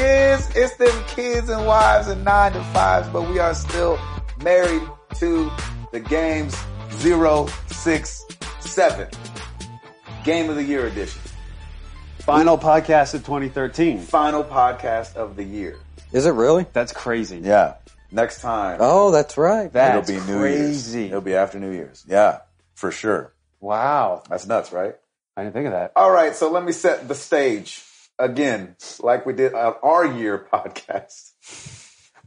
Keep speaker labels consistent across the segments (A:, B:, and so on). A: it's them kids and wives and nine to fives, but we are still married to the games 067. Game of the Year edition.
B: Final podcast of 2013.
A: Final podcast of the year.
C: Is it really?
B: That's crazy.
A: Yeah. Next time.
C: Oh, that's right.
B: That's
A: it'll be New
B: crazy.
A: Year's. It'll be after New Year's. Yeah, for sure.
B: wow.
A: That's nuts, right?
B: I didn't think of that.
A: All right, so let me set the stage again, like we did on our year podcast.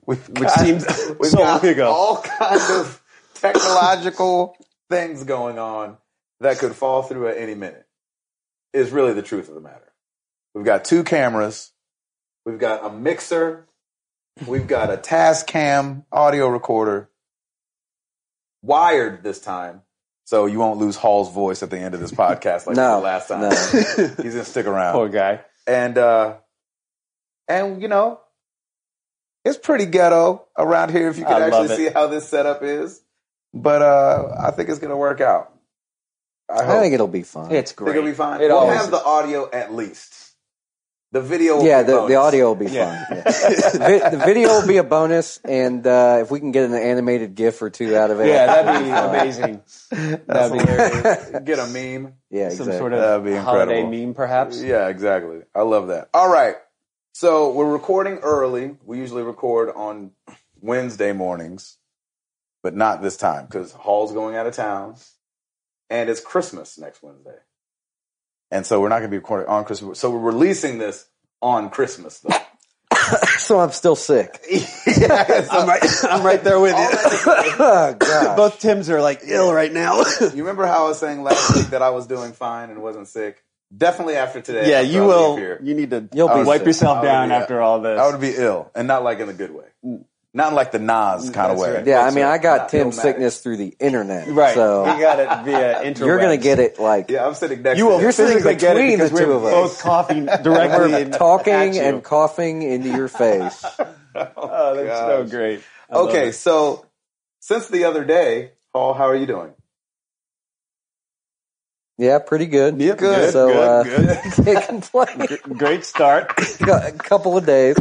A: We've
B: Which seems
A: we've
B: so
A: got
B: long ago.
A: all kinds of technological things going on that could fall through at any minute. Is really the truth of the matter. We've got two cameras. We've got a mixer. We've got a Tascam audio recorder, wired this time, so you won't lose Hall's voice at the end of this podcast like
C: No,
A: the last time.
C: no.
A: He's gonna stick around
B: Poor guy.
A: and uh and you know it's pretty ghetto around here if you can
B: I love
A: actually see
B: it.
A: how this setup is but uh i think it's gonna work out i
C: I
A: hope
C: think it'll be fun.
B: It's
A: think
B: great.
A: it'll be fine
B: It
A: we'll
B: always
A: have
B: is.
A: the audio at least the video will
C: yeah,
A: be
C: the, the
A: bonus.
C: audio will be
B: Yeah.
C: fun. Yeah. Vi- the video will be a bonus, and uh, if we can get an animated GIF or two out of it,
B: yeah,
C: it'll
B: that'd be
C: fun.
B: amazing.
A: That's
B: That'd be
A: hilarious. get a meme
C: Yeah,
B: Some
C: exactly.
B: sort of
A: That'd be
B: holiday
A: incredible.
B: meme, perhaps.
A: Yeah, exactly. I love that. All right. So we're recording early. We usually record on Wednesday mornings, but not this time because Hall's going out of town and it's Christmas next Wednesday. And so we're not going to be recording on Christmas. So we're releasing this on Christmas, though.
C: so I'm still sick.
A: yeah, so-
B: I'm right. I'm right there with you.
C: oh, God.
B: Both Tims are like ill right now.
A: you remember how I was saying last week that I was doing fine and wasn't sick? Definitely after today.
B: yeah,
A: after
B: you
A: I leave
B: will.
A: here.
B: You need to. uh,
C: You'll be
B: wipe
A: I
C: sick.
B: yourself
A: would
B: down
A: be-
B: after all this.
A: I would be ill, and not like in a good way, not like the Nas kind of
B: That's
A: way.
B: right.
C: yeah, I mean, I got
A: Not
C: Tim's
A: illmatic.
C: sickness through the internet.
B: right.
C: So
B: we got it via internet.
C: you're going to get it like
A: Yeah, I'm sitting next.
B: You
A: to
B: will
A: him.
C: You're sitting
B: physically get it
C: between the
B: because
C: two
B: we're
C: of us.
B: Both coughing directly
C: we're
B: and
C: talking
B: at you.
C: and coughing into your face.
B: Oh, that's so
A: Gosh.
B: great. I love
A: Okay,
B: it.
A: so since the other day, Paul, how are you doing?
C: Yeah, pretty good.
B: Yep,
A: Good,
C: So uh,
B: good,
C: they can play.
B: good. Great start.
C: got a couple of days.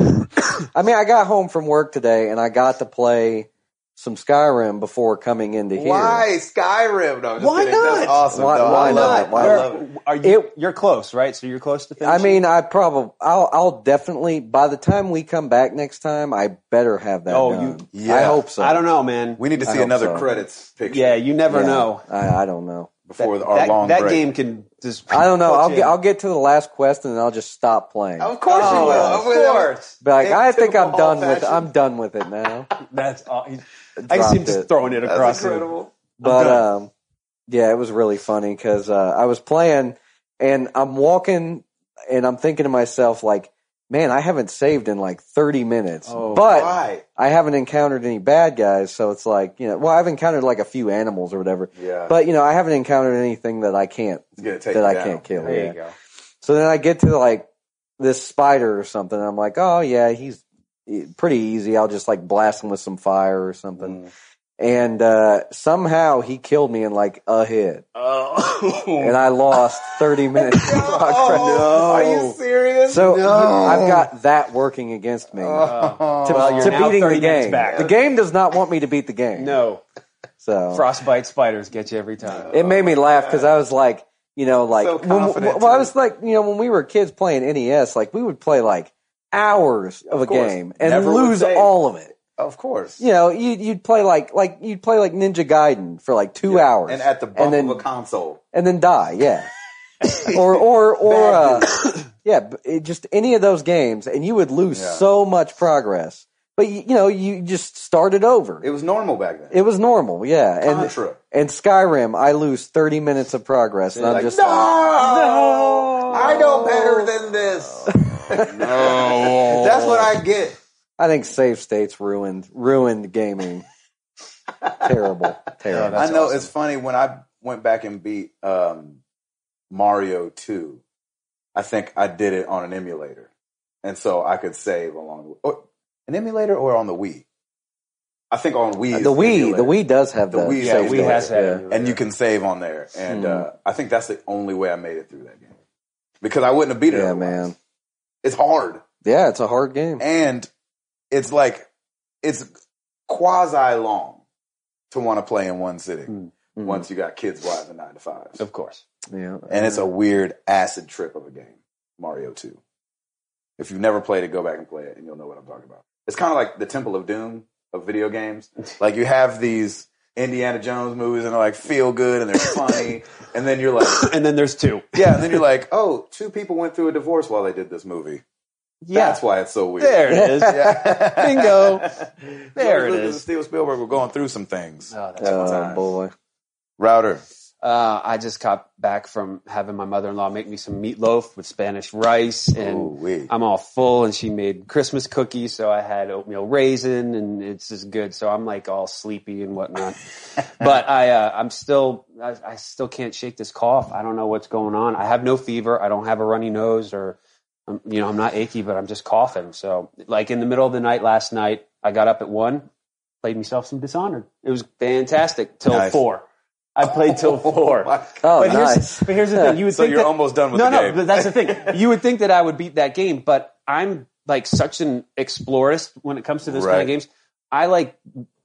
C: I mean, I got home from work today and I got to play some Skyrim before coming into here.
A: Why Skyrim? No, I'm just
B: Why
A: kidding.
B: not?
A: That's awesome.
C: Why-
A: though. I
C: why
A: love
C: not?
A: it.
C: Why
A: I
C: not?
A: love it.
B: Are you?
C: It-
B: you're close, right? So you're close to
C: I
B: finishing.
C: mean, I probably, I'll, I'll definitely, by the time we come back next time, I better have that.
B: Oh,
C: done.
A: you- yeah.
C: I hope so.
B: I don't know, man.
A: We need to
C: I
A: see
C: hope
A: another
C: so.
A: credits picture.
B: yeah, you never
C: Yeah.
B: know.
C: I, I don't know.
A: before
B: that,
A: our
B: that-
A: long
B: that
A: break.
B: game can just.
C: I don't know. I'll
B: put
C: get,
B: you-
C: I'll get to the last quest and then I'll just stop playing.
A: Of course
B: Oh,
A: you will.
B: of
A: I'm with it.
B: course.
C: Be like, I think I'm
A: Typical
C: done with,
A: old-fashioned.
C: I'm done with it now.
B: That's all. He's, I just
C: Dropped
B: him just
C: it.
B: throwing it across.
A: That's
B: the-
A: incredible.
C: But
B: done.
C: um, yeah, it was really funny because uh, I was playing and I'm walking and I'm thinking to myself like, man, I haven't saved in like 30 minutes,
B: Oh,
C: but
A: Why?
C: I haven't encountered any bad guys, so it's like you know, well, I've encountered like a few animals or whatever,
A: Yeah,
C: but you know, I haven't encountered anything that I can't
A: it's gonna take
C: that
A: you
C: I
A: down.
C: can't kill.
B: There
C: yeah.
B: you go.
C: So then I get to like this spider or something, and I'm like, oh yeah, he's eh, pretty easy. I'll just like blast him with some fire or something
A: Mm.
C: and uh, somehow he killed me in like a hit,
B: Oh,
C: and I lost thirty minutes. of clock credit.
A: Oh, Are
B: No.
A: you serious?
C: So
B: No.
C: I've got that working against me
A: Oh.
C: to,
B: Well, you're
C: to
B: now
C: beating
B: 30
C: the
B: minutes
C: game.
B: back.
C: The game does not want me to beat the game.
B: no!
A: Oh.
C: so
B: Frostbite spiders get you every time.
C: it made me laugh because I was like, you know, like
A: So
C: when-
A: confident,
C: well, I
A: too.
C: was like, you know, when we were kids playing NES, like we would play like hours of, a
A: course.
C: game and
A: Never would
C: lose
A: save.
C: all of it.
A: of course.
C: You know, you, you'd play like like you'd play like Ninja Gaiden for like two hours,
A: And at the bump
C: then-
A: of a console.
C: and then die. Yeah. or or or uh, yeah, b- it- just any of those games, and you would lose
A: Yeah.
C: so much progress. But you, you know, you just started over.
A: It was normal back then.
C: It was normal, yeah. And
A: Contra.
C: and Skyrim, I lose thirty minutes of progress, and I'm
A: Like,
C: just
A: no,
C: like,
A: I know better than this.
B: Oh.
A: no, that's what I get.
C: I think save states ruined ruined gaming. terrible, terrible.
B: That's
A: I know
B: awesome.
A: it's funny when I went back and beat um, Mario Two. I think I did it on an emulator, and so I could save along the or, an emulator or on the Wii. I think on Wii. is
C: Uh, the Wii,
A: emulator.
C: the Wii does have
A: The
C: that.
A: Wii
B: yeah,
C: save
A: saves
B: we
A: that.
B: has
C: states,
B: that,
C: yeah. Hmm.
B: emulator.
A: and you can save on there. And uh, I think that's the only way I made it through that game because I wouldn't have beat it.
C: Yeah,
A: otherwise.
C: man.
A: it's hard.
C: Yeah, it's a hard game.
A: and it's like it's quasi long to want to play in one sitting
C: Mhm.
A: once you got kids wives and nine to fives,
B: Hmm. Of course.
C: Yeah.
A: and it's a weird acid trip of a game, Mario Two. If you've never played it, go back and play it, and you'll know what I'm talking about. It's kind of like the Temple of Doom of video games. Like you have these Indiana Jones movies, and they're like feel good and they're funny, and then you're like,
B: And then there's two.
A: yeah, and then you're like, oh, two people went through a divorce while they did this movie. That's why it's so weird.
B: There it is.
A: Yeah.
B: Bingo. There it
A: Lucas
B: is.
A: And Steven Spielberg were going through some things.
B: Oh, that's
C: Oh boy.
A: Router.
B: Uh, I just got back from having my mother-in-law make me some meatloaf with Spanish rice, and
A: Ooh-wee.
B: I'm all full. And she made Christmas cookies, so I had oatmeal raisin, and it's just good. So I'm like all sleepy and whatnot. but I, uh, I'm still, I, I still can't shake this cough. I don't know what's going on. I have no fever. I don't have a runny nose, or um, you know, I'm not achy, but I'm just coughing. So, like in the middle of the night last night, I got up at one, played myself some Dishonored. It was fantastic till
A: Nice.
B: four. I played till four.
A: My God.
C: Oh,
B: but, here's,
C: nice.
B: but here's the thing: you would
A: So
B: think
A: you're
B: that,
A: almost done with
B: no,
A: the
B: no,
A: game.
B: but that's the thing. You would think that I would beat that game, but I'm like such an explorist when it comes to those kind
A: Right.
B: of games. I like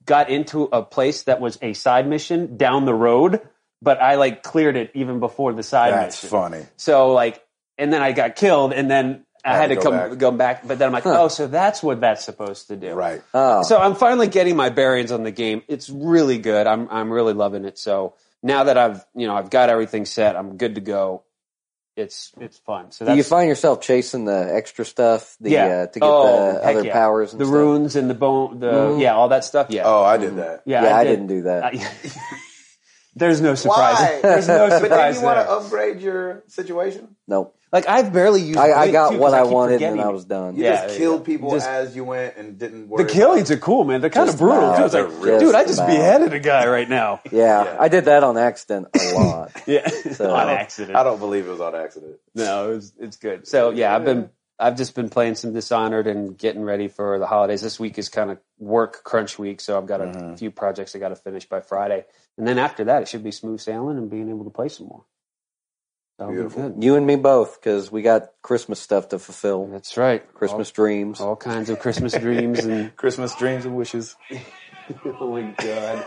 B: got into a place that was a side mission down the road, but I like cleared it even before the side
A: That's
B: mission.
A: funny.
B: So like, and then I got killed, and then I, had, to, come
A: back.
B: go back. But then I'm like, oh, so that's what that's supposed to do,
A: Right.
C: Oh.
B: so I'm finally getting my bearings on the game. It's really good. I'm I'm really loving it. So now that I've you know I've got everything set, I'm good to go. It's it's fun. So
C: do
B: that's
C: you find yourself chasing the extra stuff, the
B: Yeah.
C: uh, to get the
B: Oh, heck
C: other
B: yeah.
C: powers and
B: the
C: stuff? Mm-hmm.
B: runes and the bone, the yeah, all that stuff. Yeah,
A: Oh, I did that.
B: yeah,
C: yeah, I,
B: did.
C: didn't do that.
B: I- There's no surprise. There's no
A: but then
B: surprise
A: you want
B: there.
A: to upgrade your situation?
C: nope.
B: like I've barely used.
C: I, I
B: Blink,
C: got
B: too,
C: what
B: 'cause
C: I,
B: keep
C: wanted and
B: forgetting
C: I
B: it.
C: was done.
A: You
B: Yeah, there
A: just
B: you
A: killed
B: go.
A: people
B: Just-
A: as you went and didn't worry.
B: The killings are cool, man. They're kind
C: Just
B: of brutal.
C: about.
B: Dude, it's like,
A: Just
B: dude, I just
C: about.
B: beheaded a guy right now.
C: Yeah,
A: Yeah.
C: I did that on accident a lot.
B: Yeah,
C: So-
B: on
A: about-
B: accident.
A: I don't believe it was on accident.
B: No, it's it's good. So yeah, I've been I've just been playing some Dishonored and getting ready for the holidays. This week is kind of work crunch week, so I've got a
A: Mhm.
B: few projects I got to finish by Friday, and then after that, it should be smooth sailing and being able to play some more. That'll
A: Beautiful.
B: be good.
C: you and me both, because we got Christmas stuff to fulfill,
B: That's right.
C: Christmas dreams.
B: all, all kinds of Christmas dreams and
A: Christmas dreams and wishes.
B: oh my god,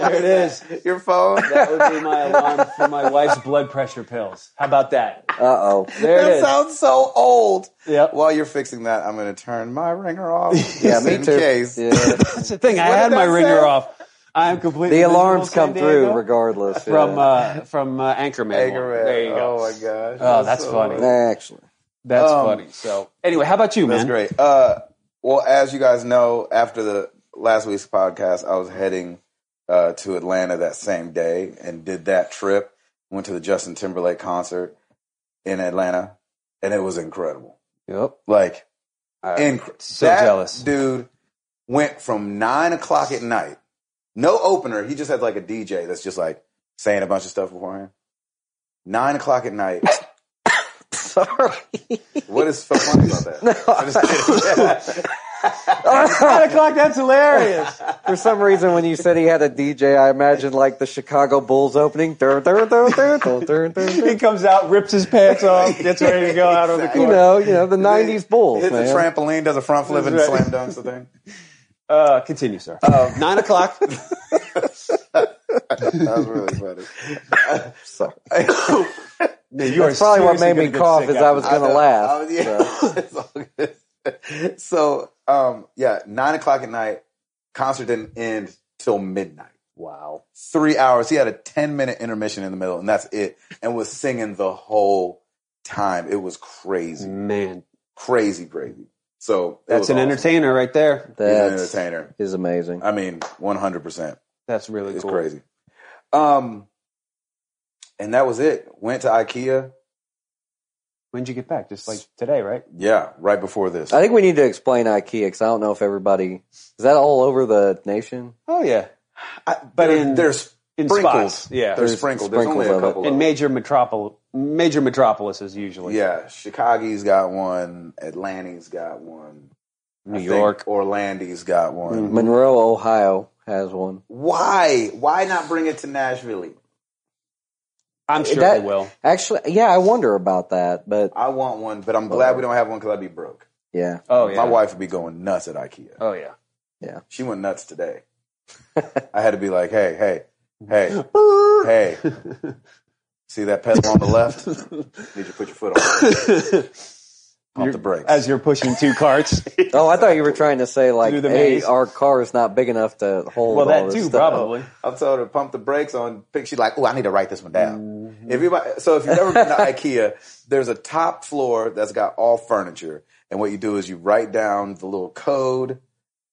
B: there it is.
A: Your phone.
B: That would be my alarm for my wife's blood pressure pills. How about that?
C: Uh oh.
B: There it
A: that
B: is.
A: sounds so old.
B: yep.
A: While you're fixing that, I'm going to turn my ringer off.
C: Yeah,
A: just
C: me
A: in
C: too.
A: Case.
C: Yeah.
B: That's the thing. I
A: What
B: had
A: did
B: my
A: that
B: ringer
A: say?
B: off. I am completely
C: The
B: miserable
C: alarms
B: San
C: come through
B: Diego.
C: regardless.
B: from
C: yeah.
B: uh, from uh, Anchorman.
A: Anchorman.
B: There you go.
A: Oh my gosh.
B: Oh, that's funny.
C: Actually,
B: That's
A: Um,
B: funny. So anyway, how about you,
A: That's
B: man?
A: great. Uh, well, as you guys know, after the last week's podcast, I was heading uh, to Atlanta that same day and did that trip. Went to the Justin Timberlake concert in Atlanta, and it was incredible.
B: Yep.
A: Like, inc-
B: so
A: that
B: jealous.
A: dude went from nine o'clock at night, no opener. He just had like a DJ that's just like saying a bunch of stuff beforehand. Nine o'clock at night.
C: sorry.
A: What is so funny about that? I'm just kidding.
B: Nine o'clock. That's hilarious.
C: For some reason, when you said he had a DJ, I imagined like the Chicago Bulls opening. Dur, dur, dur, dur, dur, dur, dur, dur.
B: he comes out, rips his pants off, gets ready to go out on the
A: Exactly.
C: You
B: court.
C: know, you know the '90s Bulls,
A: Hits a
C: man.
A: trampoline, does a front flip, and
B: That's right.
A: slam dunks the thing. Um,
B: Uh, continue, sir. Nine o'clock.
A: That was really funny.
C: Sorry.
B: Man, you
C: That's
B: are
C: probably what
B: seriously
C: made me
B: gonna get
C: cough
B: sick
C: is
B: after
C: I was
B: this.
C: gonna
A: know.
C: laugh.
A: I was- yeah, it's all good. So, um, yeah, nine o'clock at night. Concert didn't end till midnight.
B: Wow.
A: Three hours. He had a ten minute intermission in the middle, and that's it. And was singing the whole time. It was crazy,
B: Man,
A: crazy, crazy. So it
B: that's
A: was
B: an
A: awesome.
B: entertainer right there.
A: He's an
C: That's
A: entertainer.
C: is amazing.
A: I mean, one hundred percent.
B: That's really
A: It's
B: cool.
A: crazy. Um, and that was it. Went to IKEA.
B: When'd you get back? Just like today, right?
A: Yeah, right before this.
C: I think we need to explain IKEA because I don't know if everybody is that all over the nation.
B: Oh yeah.
A: but
B: they're-
A: in,
B: they're
A: there's
B: In
A: Sprinkles.
B: spots. Yeah.
A: there's
C: There's
A: sprinkled. There's
C: sprinkles
A: only a
C: of it.
A: couple.
B: in
A: of
B: major metropol major metropolises usually.
A: Yeah, Chicago's got one. Atlanta's got one. I
B: New
A: think
B: York. Mm-hmm.
A: Orlando's got one.
C: Monroe, Ohio has one.
A: Why? Why not bring it to Nashville?
B: I'm sure
C: That-
B: they will.
C: Actually, yeah, I wonder about that, but
A: I want one, but I'm glad we don't have one because I'd be broke.
C: yeah,
B: Oh yeah.
A: My wife would be going nuts at IKEA.
B: Oh yeah.
A: She went nuts today. I had to be like, hey, hey, hey, hey. See that pedal on the left? Need you to put your foot on. it. Pump
B: You're-
A: the brakes.
B: As you're pushing two carts.
C: Oh, I thought you were trying to say like,
B: Through the
C: hey,
B: maze.
C: our car is not big enough to hold.
B: well,
C: all
B: that
C: this
B: too,
C: stuff.
B: probably.
A: I've told her pump the brakes on. pic- She's like, "Oh, I need to write this one down."
C: Mm-hmm.
A: Everybody, so if you've ever been to IKEA, there's a top floor that's got all furniture, and what you do is you write down the little code,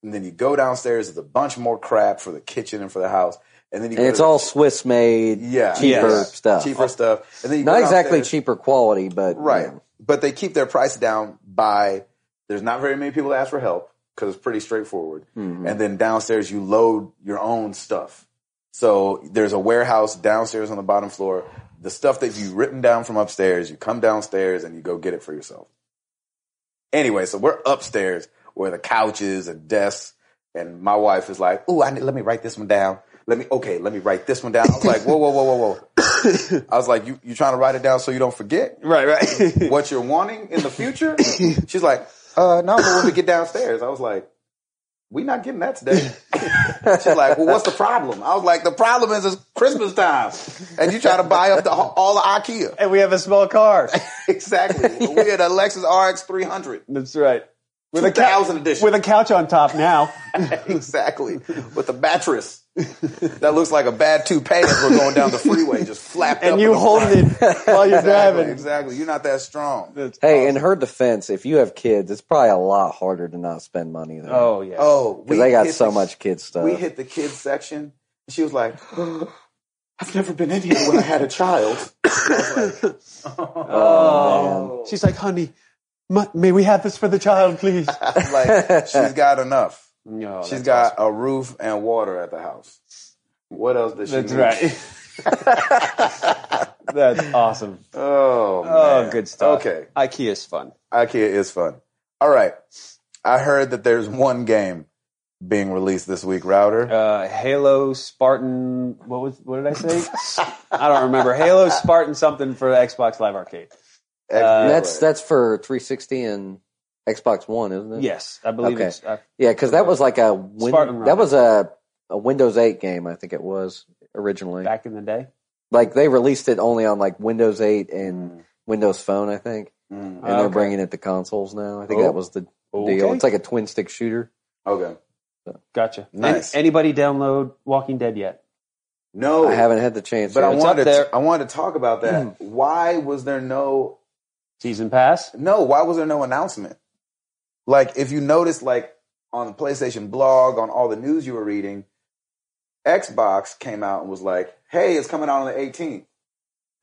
A: and then you go downstairs. There's a bunch more crap for the kitchen and for the house, and then you
C: And
A: go
C: it's
A: to-
C: all Swiss made,
A: yeah,
C: cheaper
A: yeah,
C: stuff.
A: cheaper stuff, and then you
C: not
A: go
C: exactly
A: downstairs-
C: cheaper quality, but
A: right?
C: yeah.
A: But they keep their price down by there's not very many people that ask for help because it's pretty straightforward.
C: Mhm.
A: and then downstairs you load your own stuff. So there's a warehouse downstairs on the bottom floor. The stuff that you've written down from upstairs, you come downstairs and you go get it for yourself. Anyway, so we're upstairs where the couches and desks, and my wife is like, "Ooh, I need, let me write this one down. Let me okay, let me write this one down." I was like, "Whoa, whoa, whoa, whoa, whoa!" I was like, "You you trying to write it down so you don't forget
B: Right, right.
A: what you're wanting in the future?" She's like, "Uh, no, but when we get downstairs," I was like, "We not getting that today." She's like, well, what's the problem? I was like, the problem is it's Christmas time, and you try to buy up the, all the IKEA.
B: and we have a small car.
A: Exactly. We had a Lexus RX 300,
B: That's right. With a couch
A: 2000 edition.
B: with a couch on top now.
A: exactly, with a mattress that looks like a bad toupee as we're going down the freeway, just flapped up.
B: and
A: in
B: you
A: the front.
B: holding it while you're
A: Exactly,
B: driving.
A: exactly. You're not that strong.
B: That's
C: Hey,
B: awesome.
C: in her defense, if you have kids, it's probably a lot harder to not spend money there.
B: Oh yeah.
A: Oh, we
C: because they got
A: hit
C: so
A: the-
C: much kid stuff.
B: Uh,
A: We hit the kids section. and She was like, I've never been in here when I had a child. I was like,
C: Oh,
A: "Oh."
B: She's like, honey, mu- may we have this for the child, please?
A: I'm like she's got enough.
B: No,
A: she's got a roof and water at the house. What else does she
B: That's
A: need?
B: right. That's awesome.
A: Oh,
B: Oh,
A: man.
B: good stuff.
A: Okay,
B: IKEA's fun.
A: IKEA is fun. All right, I heard that there's one game being released this week. Router.
B: Uh, Halo Spartan. What was? What did I say? I don't remember. Halo Spartan something for Xbox Live Arcade.
C: And
B: uh,
C: that's that's for 360 and Xbox One, isn't it?
B: Yes, I believe
C: Okay.
B: it's. I,
C: yeah, because that was like a win-
B: Spartan
C: that
B: Runner.
C: was a a Windows 8 game, I think it was originally.
B: back in the day.
C: Like they released it only on like Windows 8 and Windows Phone, I think,
A: Mm,
C: and they're
B: Mm-hmm. Uh, Okay.
C: bringing it to consoles now. I think
B: Oh.
C: that was the deal.
B: Okay.
C: It's like a twin stick shooter.
A: okay.
B: Gotcha.
A: Nice.
B: An- anybody download Walking Dead yet?
A: No,
C: I haven't had the chance.
A: But I
C: yet.
B: It's up
A: wanted to,
B: there. Mm.
A: I wanted to talk about that. Why was there no
B: Season pass.
A: No, why was there no announcement? Like, if you notice, like on the PlayStation blog, on all the news you were reading, Xbox came out and was like, "Hey, it's coming out on the 18th,"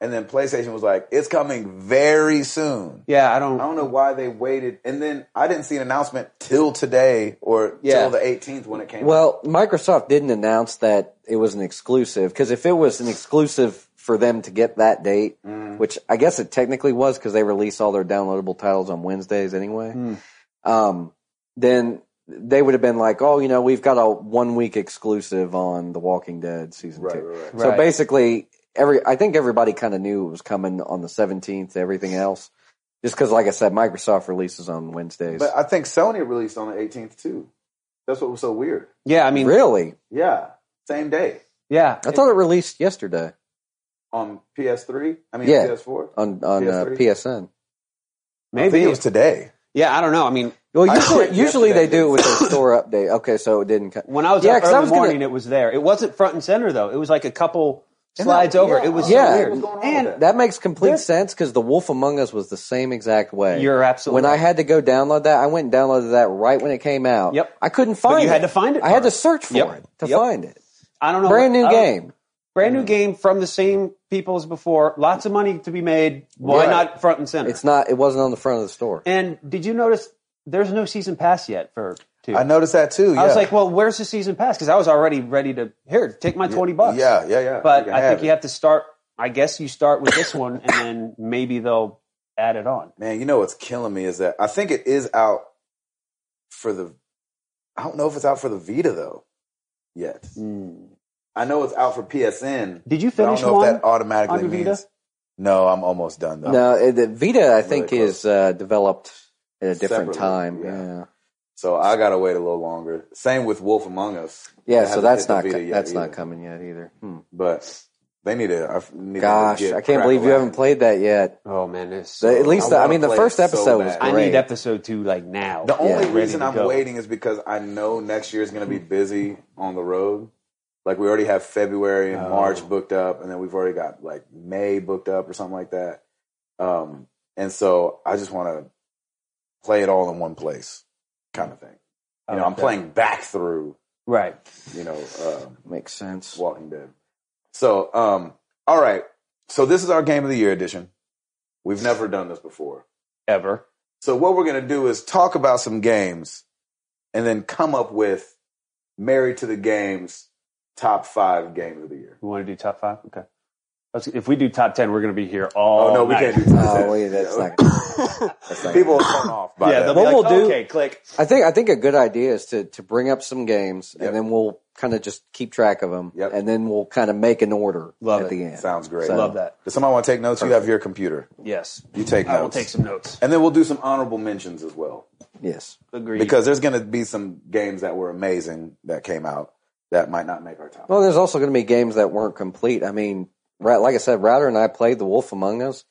A: and then PlayStation was like, "It's coming very soon."
B: Yeah, I don't.
A: I don't know why they waited, and then I didn't see an announcement till today or
B: Yeah.
A: till the 18th when it came. out.
C: Well, Microsoft didn't announce that it was an exclusive because if it was an exclusive for them to get that date,
A: Mm.
C: which I guess it technically was because they release all their downloadable titles on Wednesdays anyway,
B: Hmm.
A: Mm-hmm.
C: um, then they would have been like, "Oh, you know, we've got a one week exclusive on The Walking Dead season
A: right,
C: two.
A: right, right.
C: So
B: Right.
C: basically, every I think everybody kind of knew it was coming on the seventeenth. Everything else, just because, like I said, Microsoft releases on Wednesdays.
A: But I think Sony released on the 18th too. That's what was so weird.
B: Yeah, I mean,
C: really,
A: Yeah, same day
B: yeah.
C: I thought it released yesterday.
A: on PS3. I mean
C: Yeah.
A: PS4.
C: on on uh,
A: PS3?
C: PSN.
A: I think
B: Maybe.
A: it was today.
B: yeah, I don't know. I mean,
C: Well,
A: I
C: usually,
A: checked
C: usually they
A: yesterday,
C: do it with their store update. Okay, so it didn't. Cut.
B: when I was
C: Yeah,
B: up
C: 'cause I
B: early
C: was gonna-
B: morning, it was there. It wasn't front and center though. It was like a couple
A: And
B: slides
A: that-
B: over.
A: yeah,
B: it was
C: yeah.
B: so
A: what
B: weird.
A: was going on
B: and
A: with
C: That makes complete
B: Yeah.
C: sense because The Wolf Among Us was the same exact way.
B: you're absolutely
C: when I had to go download that, I went and downloaded that right when it came out.
B: Yep.
C: I couldn't
B: but
C: find
B: you
C: it.
B: had to find it.
C: I had to
B: first.
C: search for
B: Yep.
C: it to
B: Yep.
C: find it.
B: I don't know.
C: Brand
B: what-
C: new
B: I don't-
C: game. Mm.
B: Brand new game from the same people as before. Lots of money to be made. Why
A: Right.
B: not front and center?
C: It's not. It wasn't on the front of the store.
B: and did you notice there's no season pass yet for two?
A: I noticed that too. Yeah.
B: I was like, well, where's the season pass? Because I was already ready to here take my twenty bucks.
A: yeah, yeah, yeah.
B: but
A: You can
B: I think
A: have
B: you
A: it.
B: have to start. I guess you start with this one, and then maybe they'll add it on.
A: man, you know what's killing me is that I think it is out for the. I don't know if it's out for the Vita though, yet. I know it's out for PSN.
B: Hmm. Did you
A: but I
B: finish
A: don't know
B: one
A: if that automatically
B: on your Vita?
A: means. No, I'm almost done though.
C: No, it- the Vita I think
A: Really
C: is uh, developed at a different
A: Separately,
C: time.
A: yeah.
C: Yeah,
A: So I gotta wait a little longer. Same with Wolf Among Us. It
C: yeah. so
A: hasn't
C: that's
A: hit the
C: not
A: Vita
C: co-
A: yet
C: that's not
A: either.
C: coming yet either. Hmm.
A: But they need to. I f- need to
C: Gosh,
A: get
C: I can't believe you
A: crack-a-lackin'.
C: haven't played that yet.
B: Oh man, it's
C: The- at least the, I
A: wanna
C: mean the
A: play
C: first
A: it so
C: episode was
A: bad.
B: I
C: great.
B: need episode two like now.
A: The only
C: Yeah.
A: reason
B: Ready to
A: I'm
B: go.
A: waiting is because I know next year is going to be busy on the road. Like we already have February and
B: Oh.
A: March booked up, and then we've already got like May booked up or something like that. Um, and so I just want to play it all in one place, kind of thing. You know, I'm
B: Okay.
A: playing back through.
B: right.
A: You know, um,
C: Makes sense.
A: Walking Dead. So, um, all right. So this is our Game of the Year edition. We've never done this before.
B: Ever.
A: So what we're going to do is talk about some games and then come up with Married to the Games top five game of the year.
B: We want to do top five. Okay. Let's, if we do top ten, we're going to be here all.
A: Oh, no, we
B: night.
A: can't do top
C: Oh,
A: ten.
C: wait, that's not. That's not
A: People will turn off by
B: yeah,
A: that.
B: they'll be
C: What
B: like,
C: we'll do-
B: Okay, click.
C: I think I think a good idea is to to bring up some games
A: Yep.
C: and then we'll kind of just keep track of them
A: Yep.
C: and then we'll kind of make an order
B: Love
C: at
B: it.
C: the end.
A: Sounds great.
C: So-
B: Love that.
A: Does somebody want to take notes? You have your computer.
B: Yes,
A: You take notes.
B: I will take some notes.
A: And then we'll do some honorable mentions as well.
C: yes.
B: Agreed.
A: Because there's going to be some games that were amazing that came out that might not make our top.
C: Well, there's also going to be games that weren't complete. I mean, right, like I said, Router and I played The Wolf Among Us,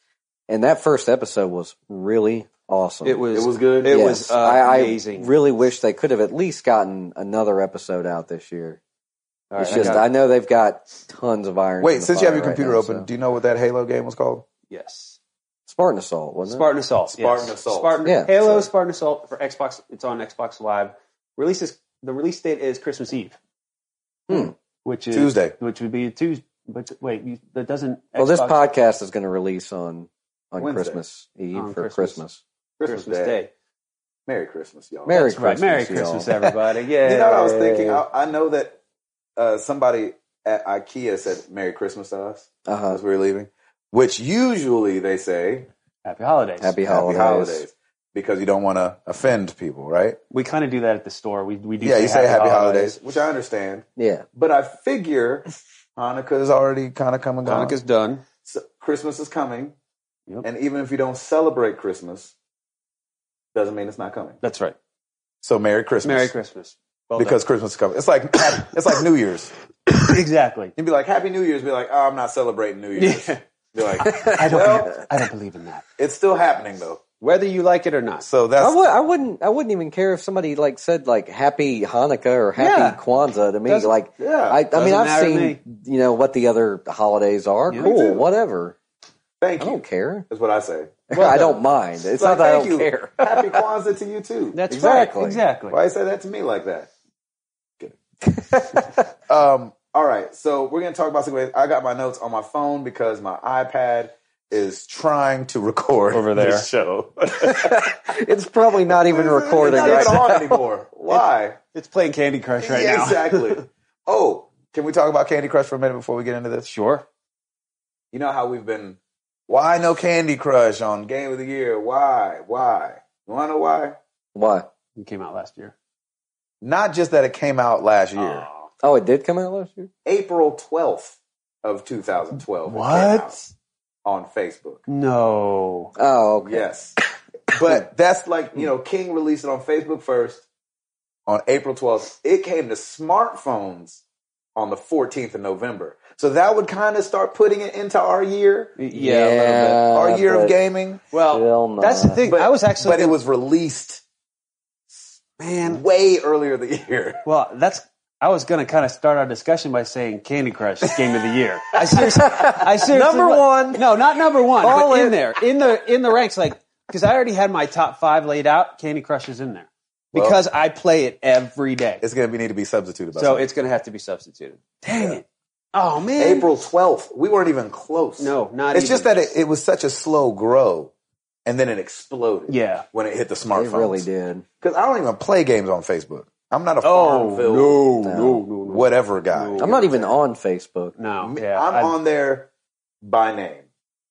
C: and that first episode was really awesome.
B: it was
A: It was good?
B: It
A: Yes.
B: was uh,
C: I- I,
B: amazing.
C: really wish they could have at least gotten another episode out this year.
B: All
C: It's
B: right,
C: just,
B: got
C: I
B: it.
C: know they've got tons of iron. in
A: Wait,
C: the
A: since you have
C: fire
A: your
C: right
A: computer
C: now,
A: open,
C: so-
A: do you know what that Halo game was called?
B: yes.
C: Spartan Assault wasn't
B: Spartan Assault. yes.
A: Spartan Assault.
B: Spartan,
C: Yeah.
B: Halo Spartan Assault for Xbox. It's on Xbox Live. Release is the release date is Christmas Eve,
C: Hmm.
B: which is
A: Tuesday.
B: which would be a Tuesday. But wait, you, that doesn't.
C: it? Well, this
B: Xbox-
C: podcast is going to release on on
A: Wednesday.
C: Christmas Eve
B: On
C: for
B: Christmas.
C: Christmas.
B: Christmas, Day.
A: Merry Christmas, y'all.
C: Merry
B: That's right.
C: Christmas,
B: Merry
C: y'all.
B: Christmas, everybody. Yeah.
A: You know what I was thinking? I, I know that uh, somebody at IKEA said "Merry Christmas" to us
C: Uh huh.
A: as we were leaving, which usually they say
B: Happy holidays.
C: Happy holidays.
A: "Happy Holidays" because you don't want to offend people, right?
B: We kind of do that at the store. We we do.
A: yeah, you say "Happy holidays,", which I understand,
C: Yeah.
A: but I figure Hanukkah is already kind of coming. gone.
B: Hanukkah's done.
A: So Christmas is coming,
B: Yep.
A: and even if you don't celebrate Christmas, doesn't mean it's not coming.
B: That's right.
A: So Merry Christmas,
B: Merry Christmas. Well done.
A: because Christmas is coming. It's like it's like New Year's.
B: exactly.
A: You'd be like, "Happy New Year's," be like, "Oh, I'm not celebrating New Year's."
B: Yeah.
A: Be like,
B: I don't.
A: Well-
B: I don't believe in that.
A: It's still happening though.
B: Whether you like it or not.
A: So
C: I
A: that's
C: would. I wouldn't. I wouldn't even care if somebody like said like Happy Hanukkah or Happy
B: Yeah.
C: Kwanzaa to me.
B: Doesn't-
C: like,
A: yeah.
C: I, I mean,
B: Doesn't
C: I've
B: matter to
C: seen
B: me.
C: you know what the other holidays are.
B: Yeah, me
C: cool,
A: too.
C: whatever.
A: thank
C: I
A: you.
C: don't care.
A: That's what I say.
C: I don't mind. It's
A: Like,
C: not that I
A: thank
C: don't
A: you.
C: care.
A: Happy Kwanzaa to you too.
B: That's
C: Exactly.
B: right. Exactly.
A: Why you say that to me like that? Kidding. um, all right, so we're gonna talk about some ways. I got my notes on my phone because my iPad is trying to record
B: Over there.
A: this show.
C: It's probably not even recording
A: it's not
C: right
A: even
C: now.
A: on anymore. Why?
B: It's playing Candy Crush right now.
A: exactly. Oh, can we talk about Candy Crush for a minute before we get into this?
B: Sure.
A: You know how we've been. Why no Candy Crush on Game of the Year? Why? Why? You wanna know why?
C: Why?
B: It came out last year.
A: Not just that it came out last year,
B: Oh.
C: Oh, it did come out last year.
A: April 12th of 2012. it came out on Facebook.
B: No.
C: Oh, okay.
A: Yes. But that's like, you know, King released it on Facebook first on April 12th. It came to smartphones on the 14th of November. So that would kind of start putting it into our year,
B: Yeah.
C: Yeah.
B: a little bit.
A: our year of
C: but
A: gaming.
C: still
B: Well,
C: not.
B: that's the thing.
A: But-
B: I was actually.
A: But it was released
B: man.
A: way earlier the year.
B: Well, that's. I was going to kind of start our discussion by saying Candy Crush game of the year. I seriously, I seriously
C: Number
B: wa-
C: one.
B: No, not number one.
C: All
B: but in
C: in.
B: there, in the in the ranks, like because I already had my top five laid out. Candy Crush is in there
A: Well-
B: because I play it every day.
A: It's going to need to be substituted by
B: So
A: something.
B: it's going to have to be substituted. Dang it! Oh man,
A: April 12th. We weren't even close.
B: No, not.
A: It's
B: even.
A: just that it, it was such a slow grow, and then it exploded.
B: Yeah.
A: when it hit the
C: It
A: smartphones.
C: really did.
A: Because I don't even play games on Facebook. I'm not a
B: Oh
A: Farmville
B: no, no,
C: No.
B: no, no,
A: whatever guy.
B: No.
C: I'm not even on Facebook.
B: No,
A: Me-
B: yeah,
A: I'm
B: I-
A: on there by name,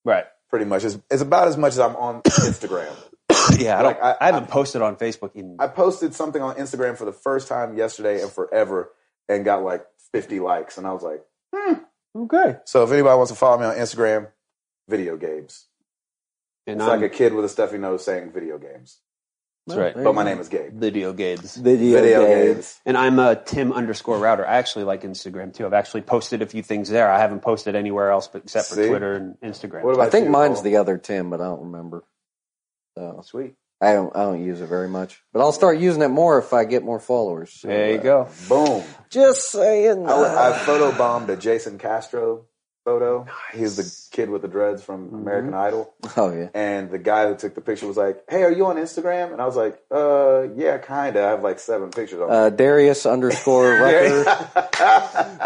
B: right.
A: pretty much. It's, it's about as much as I'm on Instagram.
B: Yeah, I don't.
A: Like, I-
B: I, haven't posted on Facebook in.
A: I posted something on Instagram for the first time yesterday and forever, and got like 50 likes, and I was like,
B: Okay.
A: so if anybody wants to follow me on Instagram, video games.
B: And
A: It's
B: I'm,
A: like a kid with a stuffy nose saying video games.
B: that's right.
A: But my name is Gabe.
B: Video games.
C: Video,
A: Video
C: games.
A: games.
B: And I'm uh, Tim underscore router. I actually like Instagram too. I've actually posted a few things there. I haven't posted anywhere else but except for
A: See?
B: Twitter and Instagram.
A: What about
C: I think
A: you,
C: mine's
A: Cole?
C: the other Tim, but I don't remember. So
B: Sweet.
C: I don't I don't use it very much, but I'll start using it more if I get more followers. So,
B: There you
C: uh,
B: go.
A: Boom.
C: Just saying.
A: I, I
C: uh,
A: photobombed a Jason Castro photo. He's the kid with the dreads from American Idol.
C: oh yeah.
A: And the guy who took the picture was like, Hey, are you on Instagram? And I was like, Uh, yeah, kinda. I have like seven pictures on
C: Uh, Darius underscore Rucker.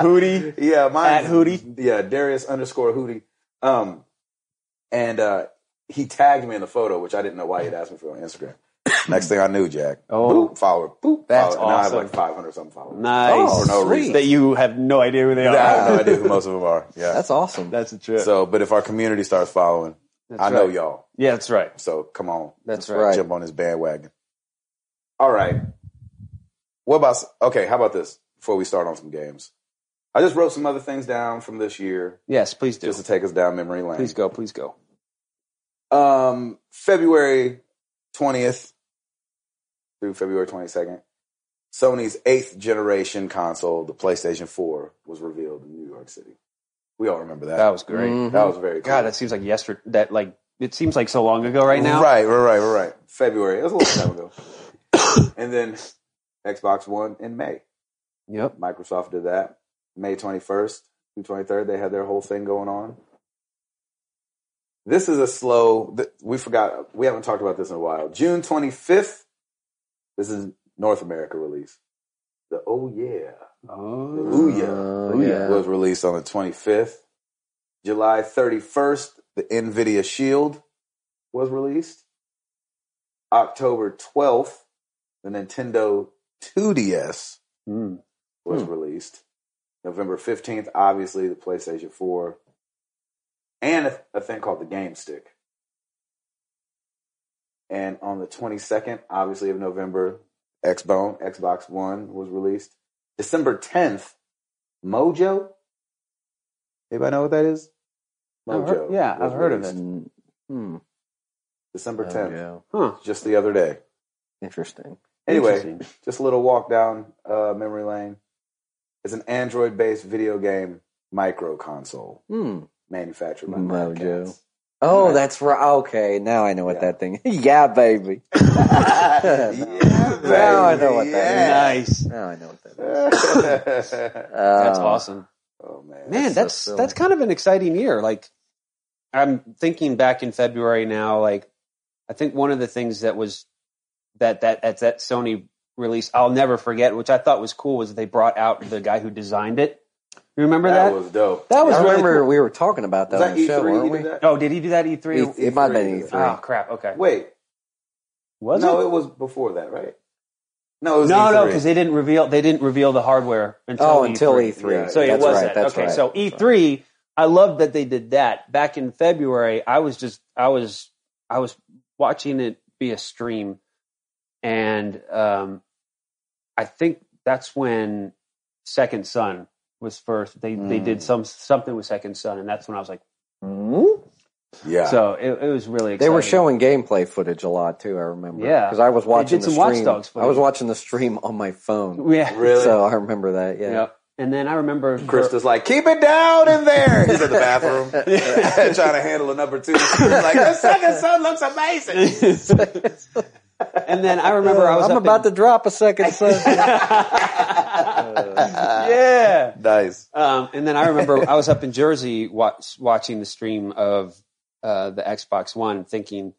A: Hootie. Yeah, mine
B: At Hootie.
A: Yeah, Darius underscore Hootie. Um, and uh, he tagged me in the photo, which I didn't know why he'd asked me for on Instagram. Next thing I knew, Jack.
B: Oh.
A: boop, follower. Boop,
B: That's
A: follower. Oh, And Now I have
B: awesome.
A: like 500 something followers.
B: Nice.
C: Oh, For no sweet. reason.
B: That you have no idea who they
A: I have
B: are.
A: no idea who most of them are. Yeah.
C: That's awesome.
B: That's a trip.
A: So, but if our community starts following,
B: That's
A: I know
B: right.
A: y'all.
B: Yeah, that's right.
A: So come on,
B: That's
C: right.
B: right.
A: jump on this bandwagon. All right. What about okay? How about this? Before we start on some games, I just wrote some other things down from this year
B: Yes, please do.
A: just to take us down memory lane.
B: Please go. Please go.
A: Um, February twentieth through February twenty second, Sony's eighth generation console, the PlayStation Four, was revealed in New York City. We all remember that.
B: That was great.
C: Mhm.
A: That was very cool.
B: God, that seems like yesterday. That like it seems like so long ago right now.
A: Right, right, right, right, right. February. It was a little time ago. and then Xbox One in May.
B: Yep.
A: Microsoft did that. May 21st through 23rd, they had their whole thing going on. This is a slow, th- we forgot, we haven't talked about this in a while. June 25th, this is North America release. The Oh Yeah. The
B: Oh.
A: Ooh Yeah.
C: Oh,
A: Ooh
C: yeah.
A: was released on the 25th. July 31st, the NVIDIA Shield was released. October 12th, the Nintendo 2DS
B: Mm.
A: was
C: Hmm.
A: released. November 15th, obviously, the PlayStation 4. And a, a thing called the Game Stick. And on the 22nd, obviously, of November, Xbone, Xbox One was released. December 10th, Mojo. Anybody know what that is?
B: I've heard- yeah,
A: was
B: I've heard of
A: released.
C: Mm, Hmm.
A: December
C: Oh,
A: 10th,
C: yeah.
B: Huh.
A: just the other day.
C: Interesting.
A: Anyway,
B: Hmm. Interesting.
A: just a little walk down uh, memory lane. It's an Android-based video game micro console
C: Hmm.
A: manufactured by
C: Mojo.
A: Mojo.
C: Oh,
A: Right.
C: that's right. Okay, now I know what
A: Yeah.
C: that thing. yeah, baby.
A: yeah, baby,
C: Now I know what that
B: Nice.
C: Now I know what that is.
A: is.
B: That's
C: Uh,
B: awesome.
A: oh man,
B: man
C: That's
B: that's
C: so silly.
B: that's kind of an exciting year like i'm thinking back in february now like i think one of the things that was that that at that sony release i'll never forget which i thought was cool was they brought out the guy who designed it you remember
A: that,
B: that,
A: was dope.
B: That was
C: I
B: really
C: remember
B: cool.
C: we were talking about that
A: was that
C: on the
A: E3?
C: show,
A: he did
C: weren't we?
A: that?
B: oh did he do that e3
C: E- it might have been
A: E3.
C: E3.
B: oh crap okay
A: Wait,
B: was
A: no,
B: it
A: it? was before that, right? No, it was
B: no
A: E3.
B: no because they didn't reveal they didn't reveal the hardware until
C: E oh, until
B: E3.
C: E3.
A: Yeah,
B: So it
C: That's
B: was
C: right.
B: that.
C: That's
B: okay.
C: right.
B: So E three, I love that they did that. Back in February, I was just I was I was watching it be a stream, and um, I think that's when Second Son was first. They they
C: Mm.
B: did some something with Second Son, and that's when I was like,
C: Mhm.
A: yeah,
B: Mm-hmm. so it, it was really
C: They
B: exciting.
C: were showing gameplay footage a lot too. I remember.
B: Yeah.
C: because I was watching
B: did
C: the
B: some Watch
C: stream.
B: Dogs
C: I was
B: footage.
C: watching the stream on my phone,
B: yeah,
A: really.
C: so I remember that. Yeah.
B: Yep. And then I remember
A: Krista's like, keep it down in there. He's in the bathroom trying to handle a number two. He's like, the second son looks amazing.
B: and then I remember I was
C: Uh, I'm
B: up
C: about
B: in-
C: to drop a second son.
B: yeah.
A: Nice.
B: Um, and then I remember I was up in Jersey watch, watching the stream of uh, the Xbox One, thinking,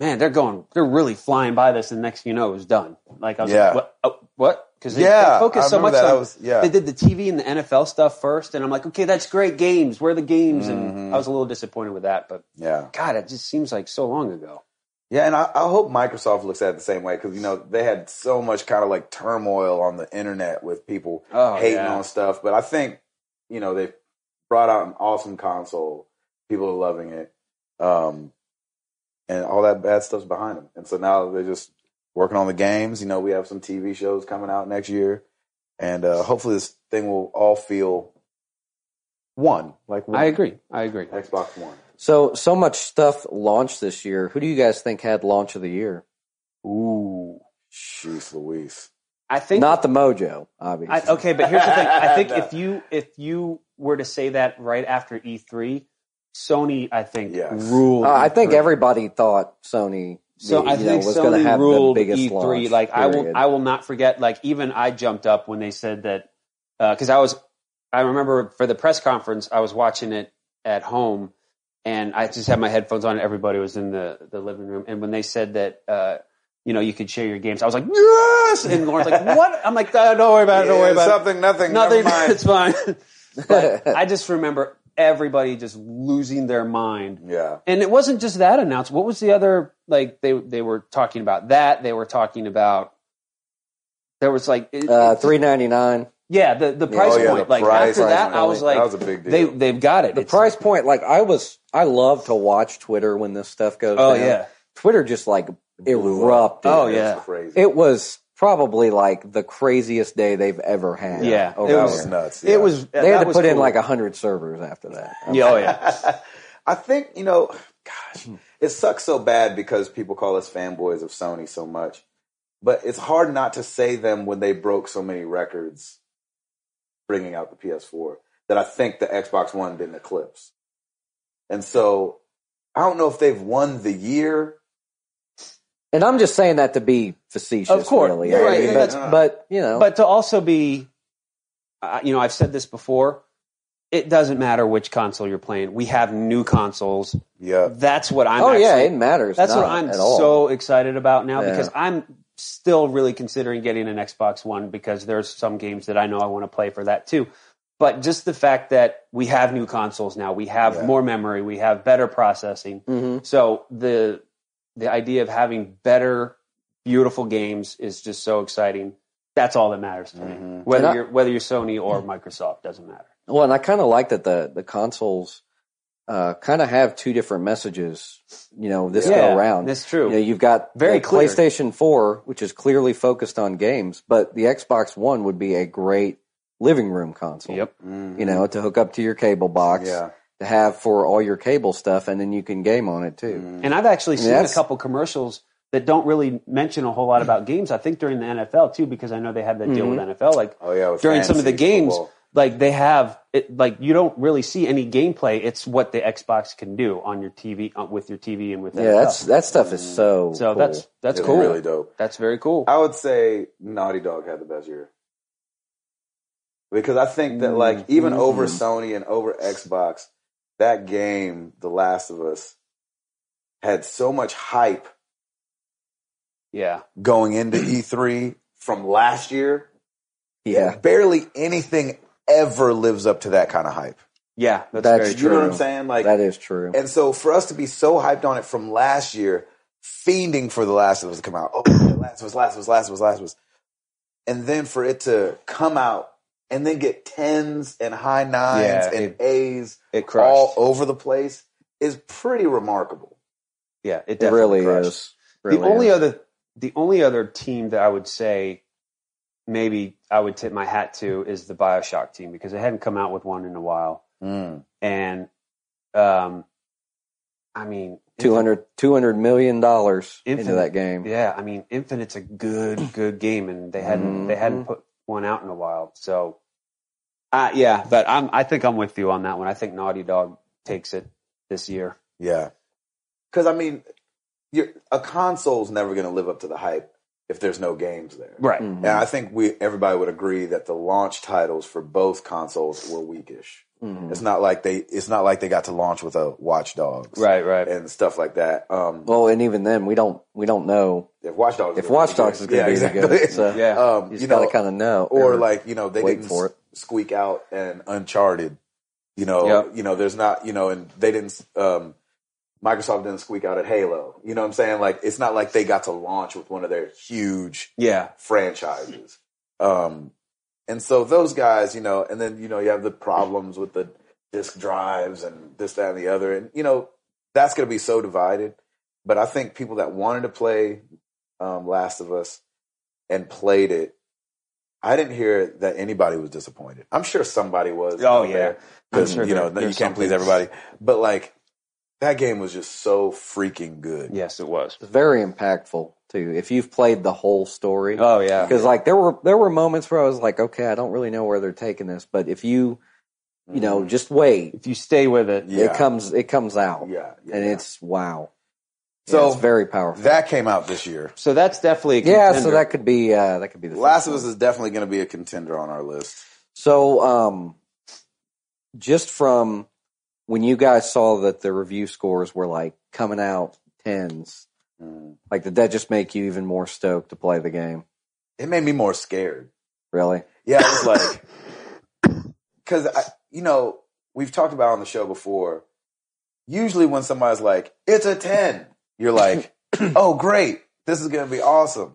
B: "Man, they're going, they're really flying by this." And next, thing you know, it was done. Like I was
A: Yeah.
B: like, "What? Oh, what?" Because they,
A: Yeah,
B: they
A: I
B: focused so
A: remember
B: much
A: that.
B: on.
A: I was- yeah.
B: They did the TV and the NFL stuff first, and I'm like, "Okay, that's great games. Where are the games?"
A: Mhm.
B: And I was a little disappointed with that, but
A: Yeah.
B: God, it just seems like so long ago.
A: Yeah, and I, I hope Microsoft looks at it the same way because, you know, they had so much kind of like turmoil on the internet with people
B: Oh,
A: hating
B: yeah.
A: on stuff. But I think, you know, they brought out an awesome console. People are loving it. Um, and all that bad stuff's behind them. And so now they're just working on the games. You know, we have some TV shows coming out next year. and uh, hopefully this thing will all feel one, like one.
B: I agree. I agree.
A: Xbox One.
C: So so much stuff launched this year. Who do you guys think had launch of the year?
A: Ooh, jeez, Louise.
B: I think
C: Not the Mojo, obviously.
B: I, okay, but here's the thing. I think
A: No.
B: if you if you were to say that right after E3, Sony, I think
A: Yes.
B: ruled.
C: Uh, I
A: E
C: think
B: E3.
C: everybody thought Sony.
B: So
C: you
B: I
C: know,
B: think
C: was going to
B: Sony
C: have the
B: ruled
C: biggest
B: E3.
C: launch.
B: like I
C: period.
B: will, I will not forget. Like even I jumped up when they said that because I was. I remember for the press conference, I was watching it at home, and I just had my headphones on. And everybody was in the the living room, and when they said that. Uh, you know, you could share your games. I was like, yes! And Lauren's like, what? I'm like, "Oh, don't worry about it, don't worry
A: Yeah,
B: about it.
A: something, nothing,
B: Nothing.
A: Never mind.
B: It's fine. But I just remember everybody just losing their mind.
A: yeah,
B: And it wasn't just that announcement. What was the other like they they were talking about that? They were talking about there was like it-
C: uh, three ninety nine.
B: yeah, the, the price
A: oh yeah,
B: point.
A: the
B: Like
A: price
B: after that
A: point.
B: I was like
A: that was a big deal.
B: they they've got it.
C: The
B: It's-
C: price point, like I was, I love to watch Twitter when this stuff goes.
B: Oh
C: down.
B: yeah.
C: Twitter just like erupted.
B: Oh,
A: That's
B: yeah.
A: crazy.
C: it was probably like the craziest day they've ever had.
B: Yeah.
C: over
B: It
A: that
C: there.
A: was nuts. yeah.
B: It was
C: They had to put in like a hundred servers after that.
B: Yeah, oh yeah.
A: I think, you know, gosh, it sucks so bad because people call us fanboys of Sony so much. But it's hard not to say them when they broke so many records bringing out the PS4 that I think the Xbox One didn't eclipse. And so I don't know if they've won the year.
C: And I'm just saying that to be facetious,
B: Of course.
C: really.
B: Yeah,
C: I
B: right.
C: mean,
B: That's-
C: but, but you know,
B: But to also be uh, you know, I've said this before. It doesn't matter which console you're playing. We have new consoles.
A: Yeah.
B: That's what I'm
C: oh
B: actually
C: yeah, it matters.
B: That's what
C: not
B: I'm
C: at all.
B: so excited about now
C: Yeah.
B: because I'm still really considering getting an Xbox One because there's some games that I know I want to play for that too. But just the fact that we have new consoles now, we have
A: Yeah.
B: more memory, we have better processing.
C: Mhm.
B: So the the idea of having better, beautiful games is just so exciting. That's all that matters to me.
A: Mhm.
C: Mm-hmm. And
B: Whether
C: I-
B: you're whether you're Sony or Microsoft doesn't matter.
C: Well, and I kind of like that the the consoles uh, kind of have two different messages. You know, this
B: Yeah,
C: go around.
B: that's true.
C: You know, you've got
B: Very
C: the
B: clear.
C: PlayStation Four, which is clearly focused on games, but the Xbox One would be a great living room console.
B: Yep.
A: Mhm.
C: You know, to hook up to your cable box,
A: Yeah.
C: to have for all your cable stuff, and then you can game on it too.
B: Mm-hmm. And I've actually seen
C: that's-
B: a couple commercials that don't really mention a whole lot about games. I think during the NFL too, because I know they have that deal
C: Mm-hmm.
B: with NFL. Like
A: Oh, yeah. with
B: during some of the
A: fantasy
B: games,
A: football.
B: like they have, it, like you don't really see any gameplay. It's what the Xbox can do on your TV uh, with your TV and with
C: Yeah,
B: NFL.
C: that's that stuff is so. cool.
B: so that's that's
A: It's
B: cool.
A: really dope.
B: That's very cool.
A: I would say Naughty Dog had the best year. Because I think that like
B: Mm-hmm.
A: even over Sony and over Xbox, that game, The Last of Us, had so much hype
B: yeah,
A: going into E3 from last year.
C: yeah.
A: Barely anything ever lives up to that kind of hype.
B: yeah, that's,
C: That's
B: very
A: You know what I'm
C: True.
A: saying? Like
C: that is true.
A: and so for us to be so hyped on it from last year, fiending for The Last of Us to come out. Oh, yeah, Last of Us, Last of Us, Last of Us, Last of Us. And then for it to come out and then get tens and high nines
B: Yeah,
A: and
B: it-
A: A's
B: It crushed.
A: all over the place is pretty remarkable.
B: yeah, it
C: It
B: definitely
C: really
B: crushed.
C: is. Really
B: the only
C: is.
B: other the only other team that I would say maybe I would tip my hat to is the Bioshock team because they hadn't come out with one in a while. Mm, And um I mean
C: 200, 200 million dollars into
B: Infinite.
C: that game.
B: Yeah, I mean Infinite's a good, good game and they hadn't they hadn't
C: Mm-hmm.
B: put one out in a while. So uh yeah, but I'm I think I'm with you on that one. I think Naughty Dog takes it this year.
A: Yeah. Because, I mean, you're, a console's never going to live up to the hype if there's no games there.
B: Right.
C: Mhm.
A: And I think we everybody would agree that the launch titles for both consoles were weakish.
C: Mhm.
A: It's not like they it's not like they got to launch with a Watch Dogs
B: Right, right.
A: and stuff like that. Um,
C: Well, and even then, we don't we don't know
A: if Watch Dogs,
C: if Watch Dogs is going to be the good. So
B: Yeah.
A: um,
C: you
A: you
C: just got
A: know,
C: to kind of know.
A: or like you know they
C: wait
A: didn't
C: for
A: s-
C: it.
A: squeak out and Uncharted. You know,
B: Yep.
A: you know, there's not you know, and they didn't. Um, Microsoft didn't squeak out at Halo. You know what I'm saying? Like it's not like they got to launch with one of their huge
B: Yeah.
A: franchises. Um, and so those guys, you know, and then you know you have the problems with the disk drives and this, that, and the other, and you know that's going to be so divided. But I think people that wanted to play um, Last of Us and played it I didn't hear that anybody was disappointed. I'm sure somebody was.
B: Oh, yeah. I'm
A: because
B: sure
A: you know
B: there-
A: you
B: there's
A: can't please
B: something.
A: everybody. But like that game was just so freaking good.
B: Yes, it was.
C: It's very impactful too. If you've played the whole story,
B: Oh yeah.
C: because like there were there were moments where I was like, okay, I don't really know where they're taking this, but if you you know just wait,
B: Mm. If you stay with it,
A: Yeah.
C: it comes it comes out,
A: yeah, yeah,
C: and
A: yeah.
C: it's wow. Yeah,
A: So-
C: it's very powerful.
A: that came out this year.
B: so that's definitely a
C: yeah, so
B: contender.
C: that could be uh, that could be the
A: Last
C: first
A: of
C: one.
A: Us is definitely going to be a contender on our list.
C: So, um, just from when you guys saw that the review scores were like coming out tens,
A: Mm.
C: like did that just make you even more stoked to play the game?
A: It made me more scared.
C: Really?
A: Yeah, I was like, because you know we've talked about on the show before. Usually, when somebody's like, "It's a 10, you're like, "Oh, great, this is going to be awesome."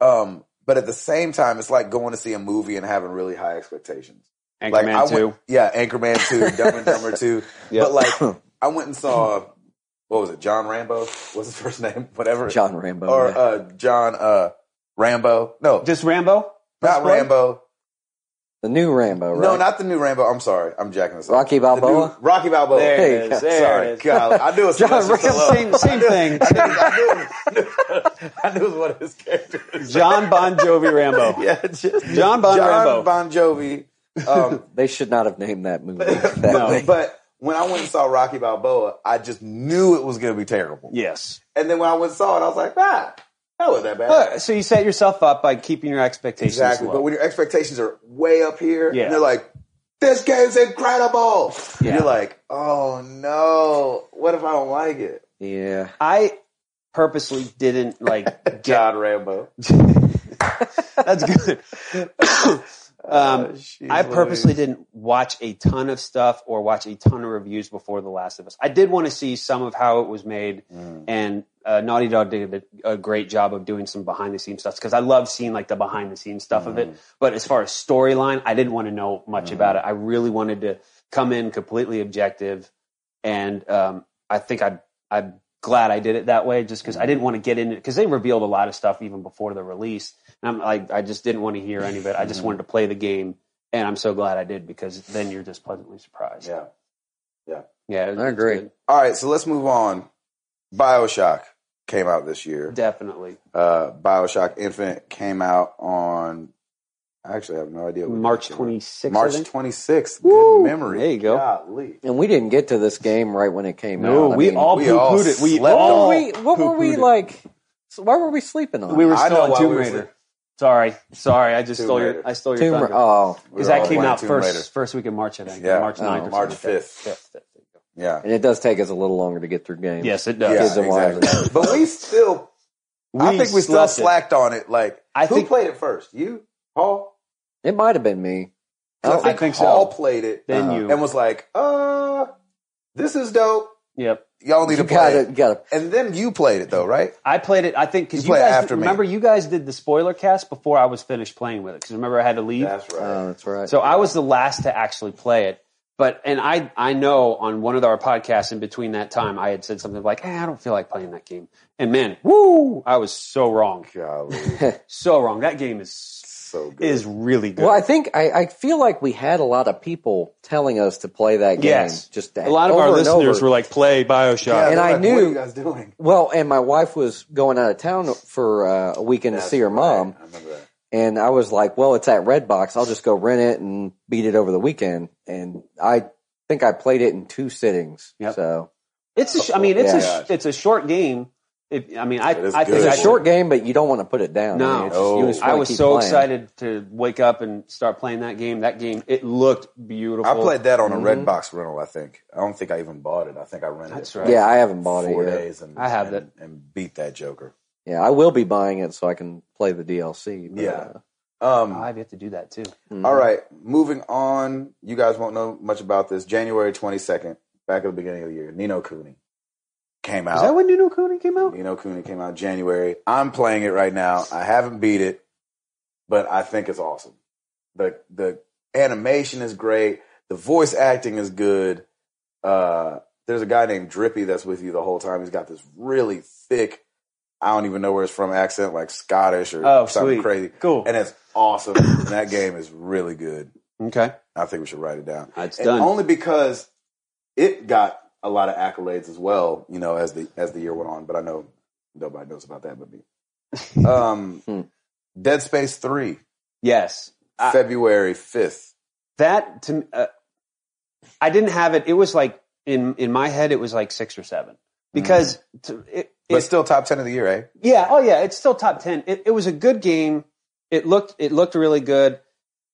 A: Um, but at the same time, it's like going to see a movie and having really high expectations.
B: Anchorman
A: like I
B: two.
A: went, yeah, Anchorman two, Dumb and Dumber two.
B: Yep.
A: But like, I went and saw what was it, John Rambo? What's his first name? Whatever,
C: John Rambo.
A: or
C: yeah.
A: uh, John uh, Rambo? No,
B: Just Rambo.
A: Oh. not
B: Rambo?
A: Rambo.
C: the new Rambo, right?
A: No, not the new Rambo. I'm sorry, I'm jacking this up.
C: Rocky
A: The new-
C: Balboa.
A: Rocky Balboa.
B: There
C: Hey,
B: it is. There
A: sorry,
B: it is.
A: God, I knew it was
C: John
A: Sylvester Stallone.
C: Rambo,
B: Same, same thing.
A: I knew, I knew, I knew it was one of his characters.
B: John Bon Jovi Rambo.
A: yeah, just,
B: John Bon Rambo.
A: Bon Jovi. Um,
C: They should not have named that movie that
B: No.
C: way.
A: But when I went and saw Rocky Balboa, I just knew it was going to be terrible.
B: Yes.
A: And then when I went and saw it, I was like, ah, that wasn't that bad.
B: Look, so you set yourself up by keeping your expectations
A: exactly.
B: low.
A: But when your expectations are way up here,
B: Yeah.
A: and they're like, this game's incredible.
B: Yeah.
A: You're like, oh no, what if I don't like it?
C: Yeah.
B: I purposely didn't like get.
A: John Rambo.
B: that's good. um,
A: Jeez
B: I
A: Louise.
B: purposely didn't watch a ton of stuff or watch a ton of reviews before The Last of Us. I did want to see some of how it was made, and uh, Naughty Dog did a, a great job of doing some behind the scenes stuff because I love seeing like the behind the scenes stuff of it. But as far as storyline, I didn't want to know much about it. I really wanted to come in completely objective, and um, I think I I'm glad I did it that way just because I didn't want to get into because they revealed a lot of stuff even before the release. And I'm like, I just didn't want to hear any of it. I just wanted to play the game, and I'm so glad I did because then you're just pleasantly surprised.
A: Yeah.
B: yeah, it was-
C: I
B: it's
C: agree.
B: good.
A: All right, so let's move on. Bioshock came out this year.
B: Definitely,
A: uh, Bioshock Infinite came out on. I actually have no idea. what
B: March
A: day it was.
B: 26th. I
A: March
B: think.
A: 26th.
B: Woo!
A: Good memory.
B: There you go.
A: Golly.
C: And we didn't get to this game right when it came out.
B: No,
C: I
B: we
C: mean,
B: all
A: we all
B: poo-pooed it. We
A: slept
B: all
A: on
C: What were we, what were we
B: poo-pooed it.
C: like? So why were we sleeping on?
B: We
C: it?
B: were
A: I
B: still
A: know
B: on
A: why
B: Tomb
A: we were
B: Raider.
A: sleep-
B: Sorry, sorry. I just
A: Tomb
B: stole
A: Raider.
B: your. I stole your
C: Tomb Ra-
B: thunder.
C: oh,
A: We were
B: because
A: all
B: that came
A: playing
B: out
A: Tomb
B: first
A: Raider.
B: first week in March, I think.
A: Yeah.
B: March
C: Oh,
B: 9th or
A: March
B: something like that.
A: 5th.
B: Fifth, fifth, fifth.
A: Yeah.
C: and it does take us a little longer to get through games.
B: Yes, it
A: Yeah,
B: does.
C: Kids and wives.
A: exactly. but we still, I think we still
B: slept it.
A: slacked on it. Like,
B: I
A: who
B: think-
A: played it first? You, Paul?
C: it might have been me.
A: 'Cause
B: I think so.
A: Paul played it.
B: Then
A: uh,
B: you.
A: and was like, "Uh, this is dope.
B: Yep.
A: Y'all need
C: You
A: to play."
C: got
A: It.
C: it. Got it.
A: And then you played it though, right?
B: I played it. I think because
A: You
B: you,
A: played
B: guys
A: after me.
B: remember you guys did the spoiler cast before I was finished playing with it. Because remember I had to leave,
A: That's right.
C: Oh, that's right.
B: so I was the last to actually play it. But and I I know on one of our podcasts in between that time I had said something like, eh, I don't feel like playing that game. And man, woo! I was so wrong,
A: Golly,
B: so wrong. That game is
A: so good.
B: is really good.
C: well, I think I, I feel like we had a lot of people telling us to play that game.
B: Yes.
C: Just
B: a lot of
C: over
B: our
C: and
B: listeners
C: over.
B: were like, play Bioshock.
A: Yeah,
C: and
A: they're
C: I
A: like, What are
C: knew-
A: you guys doing?
C: Well, and my wife was going out of town for uh, a weekend to
A: That's
C: see her
A: right.
C: mom,
A: I remember that.
C: and I was like, "Well, it's at Redbox. I'll just go rent it and beat it over the weekend." And I think I played it in two sittings.
B: Yep.
C: So
B: It's a sh- I mean it's
A: Yeah.
B: a sh- it's a short game. If, I mean I
A: "Oh It is
B: I think
A: good.
B: I
C: it's a short game, but you don't want to put it down.
B: No.
C: I mean, it's just- you
A: No.
C: just
B: I
C: wanna
B: was
C: keep
B: so
C: playing.
B: excited to wake up and start playing that game. That game, it looked beautiful.
A: I played that
B: Mm-hmm.
A: on a
C: Mhm.
A: Redbox rental. I think. I don't think I even bought it. I think I rented
B: That's
A: it.
B: right.
C: Yeah, I haven't bought
A: Four
C: it yet.
A: days and
B: I have
A: and, and beat that Joker.
C: Yeah, I will be buying it so I can play the DLC. but,
A: Yeah.
C: uh,
A: Um,
B: I've yet to do that too. Mm-hmm.
C: mm.
A: all right, moving on. You guys won't know much about this. January twenty second, back at the beginning of the year, Nino Cooney came out.
B: Is that when New New Cooney came out?
A: Nino Cooney came out January. I'm playing it right now. I haven't beat it, but I think it's awesome. The the animation is great. The voice acting is good. Uh, there's a guy named Drippy that's with you the whole time. He's got this really thick I don't even know where it's from accent, like Scottish or
B: Oh,
A: something
B: sweet.
A: crazy.
B: Cool.
A: And it's awesome. and that game is really good.
B: Okay.
A: I think we should write it down.
B: It's
A: And
B: done.
A: Only because it got a lot of accolades as well, you know, as the as the year went on. But I know nobody knows about that but me. Um,
C: Hmm.
A: Dead Space Three,
B: yes. I-
A: February fifth.
B: That to uh, I didn't have it. It was like in in my head it was like 6 or 7. Because to, it,
A: Mm-hmm. But
B: it-
A: still top ten of the year, eh?
B: Yeah. Oh, yeah. It's still top ten. It, it was a good game. It looked it looked really good.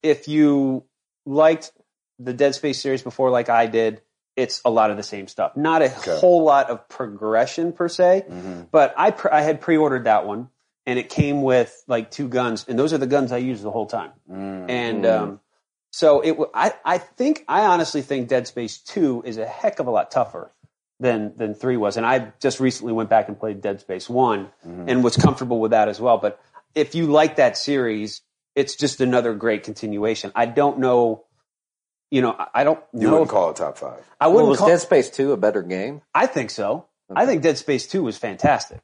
B: If you liked the Dead Space series before, like I did, it's a lot of the same stuff. Not a
A: Okay. Mm-hmm.
B: whole lot of progression per se, but I pre- I had pre ordered that one, and it came with like two guns, and those are the guns I used the whole time.
A: Mm.
B: And
C: Mhm.
B: um, so it, w- I, I think, I honestly think Dead Space Two is a heck of a lot tougher than than three was. And I just recently went back and played Dead Space One
A: Mm-hmm.
B: and was comfortable with that as well. But if you like that series, it's just another great continuation. I don't know, you know, I- I don't
A: You
B: know.
A: wouldn't
B: If,
A: call it top five.
B: I
C: Well,
B: wouldn't
C: was
B: call.
C: Dead Space Two a better game?
B: I think so. I think Dead Space Two was fantastic,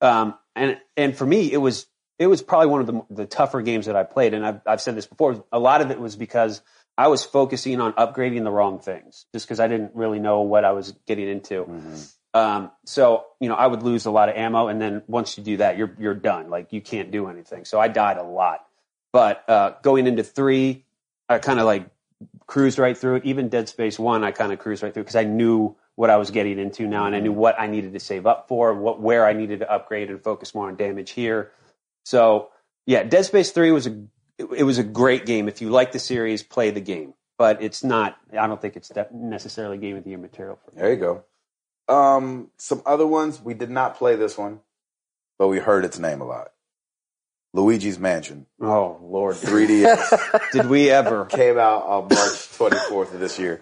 B: um, and and for me, it was it was probably one of the the tougher games that I played. And I've I've said this before. A lot of it was because I was focusing on upgrading the wrong things, just because I didn't really know what I was getting into.
C: Mm-hmm.
B: Um, so you know, I would lose a lot of ammo, and then once you do that, you're you're done. Like you can't do anything. So I died a lot. But uh, going into three, I kind of like cruised right through it. Even Dead Space One, I kind of cruised right through because I knew what I was getting into now, and I knew what I needed to save up for, what where I needed to upgrade and focus more on damage here. So yeah, Dead Space Three was a it, it was a great game. If you like the series, play the game. But it's not. I don't think it's def- necessarily game of the year material for me.
A: There you go. Um, some other ones we did not play this one, but we heard its name a lot. Luigi's Mansion
B: Oh Lord,
A: 3DS
B: did we ever?
A: came out on March 24th of this year,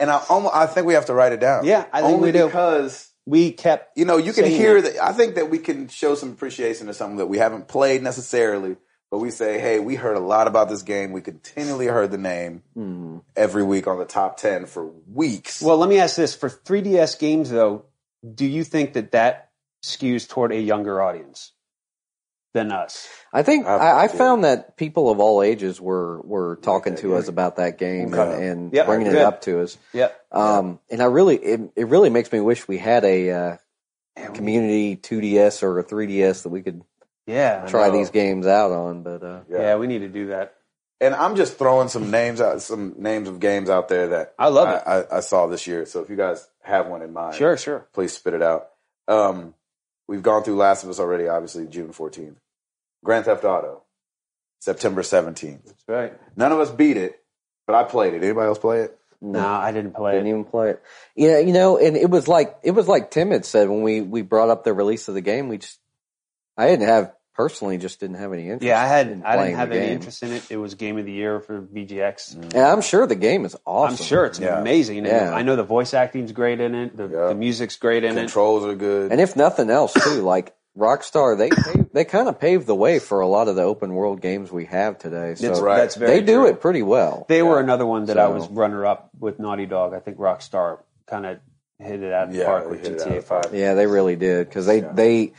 A: and I almost I think we have to write it down.
B: Yeah, I think
A: only
B: we do.
A: because
B: We kept.
A: you know you can
B: Saying
A: hear
B: it.
A: that. I think that we can show some appreciation to something that we haven't played necessarily, but we say, hey, we heard a lot about this game. We continually heard the name
C: Hmm.
A: every week on the top 10 for weeks.
B: Well, let me ask this: for 3DS games, though, do you think that that skews toward a younger audience than us?
C: I think
A: I-
C: I, I found that people of all ages were were talking to us about that game
A: Okay.
C: and, and
B: Yep,
C: bringing
B: good.
C: it up to us.
B: Yep.
C: Um, and I really, it, it really makes me wish we had a uh, community 2DS or a 3DS that we could
B: Yeah.
C: try
A: know.
C: these games out on. But uh,
B: Yeah. we need to do that.
A: and I'm just throwing some names out, some names of games out there that
B: I love it.
A: I, I, I saw this year. So if you guys have one in mind,
B: Sure, sure.
A: please spit it out. Um, we've gone through Last of Us already, obviously June 14th. Grand Theft Auto, September 17th.
B: That's right.
A: None of us beat it, but I played it. Anybody else play it?
B: No, I didn't play
C: didn't
B: it.
C: even play it. Yeah, you know, and it was like it was like Tim had said when we we brought up the release of the game. We just I didn't have personally just didn't have any interest.
B: Yeah, I had.
C: in
B: I
C: playing
B: didn't have
C: the
B: any
C: game.
B: interest in it. It was game of the year for BGX.
C: And I'm sure the game is awesome.
B: I'm sure it's
A: Mm-hmm. Yeah.
B: amazing. And
C: Yeah.
B: I know the voice acting's great in it. The,
A: Yeah.
B: the music's great in it.
A: Controls are good.
C: And if nothing else, too, like Rockstar, they they, they kind of paved the way for a lot of the open world games we have today. So
B: That's,
A: right.
B: that's
C: they
B: very
C: do
B: true.
C: it pretty well.
B: They were another one that I
C: So-
B: was runner up with Naughty Dog. I think Rockstar kind of hit it out of the
A: Yeah,
B: park
A: they
B: with
A: hit it out
B: GTA
A: of the park.
B: Five.
C: Yeah, they really did because they
A: Yeah.
C: they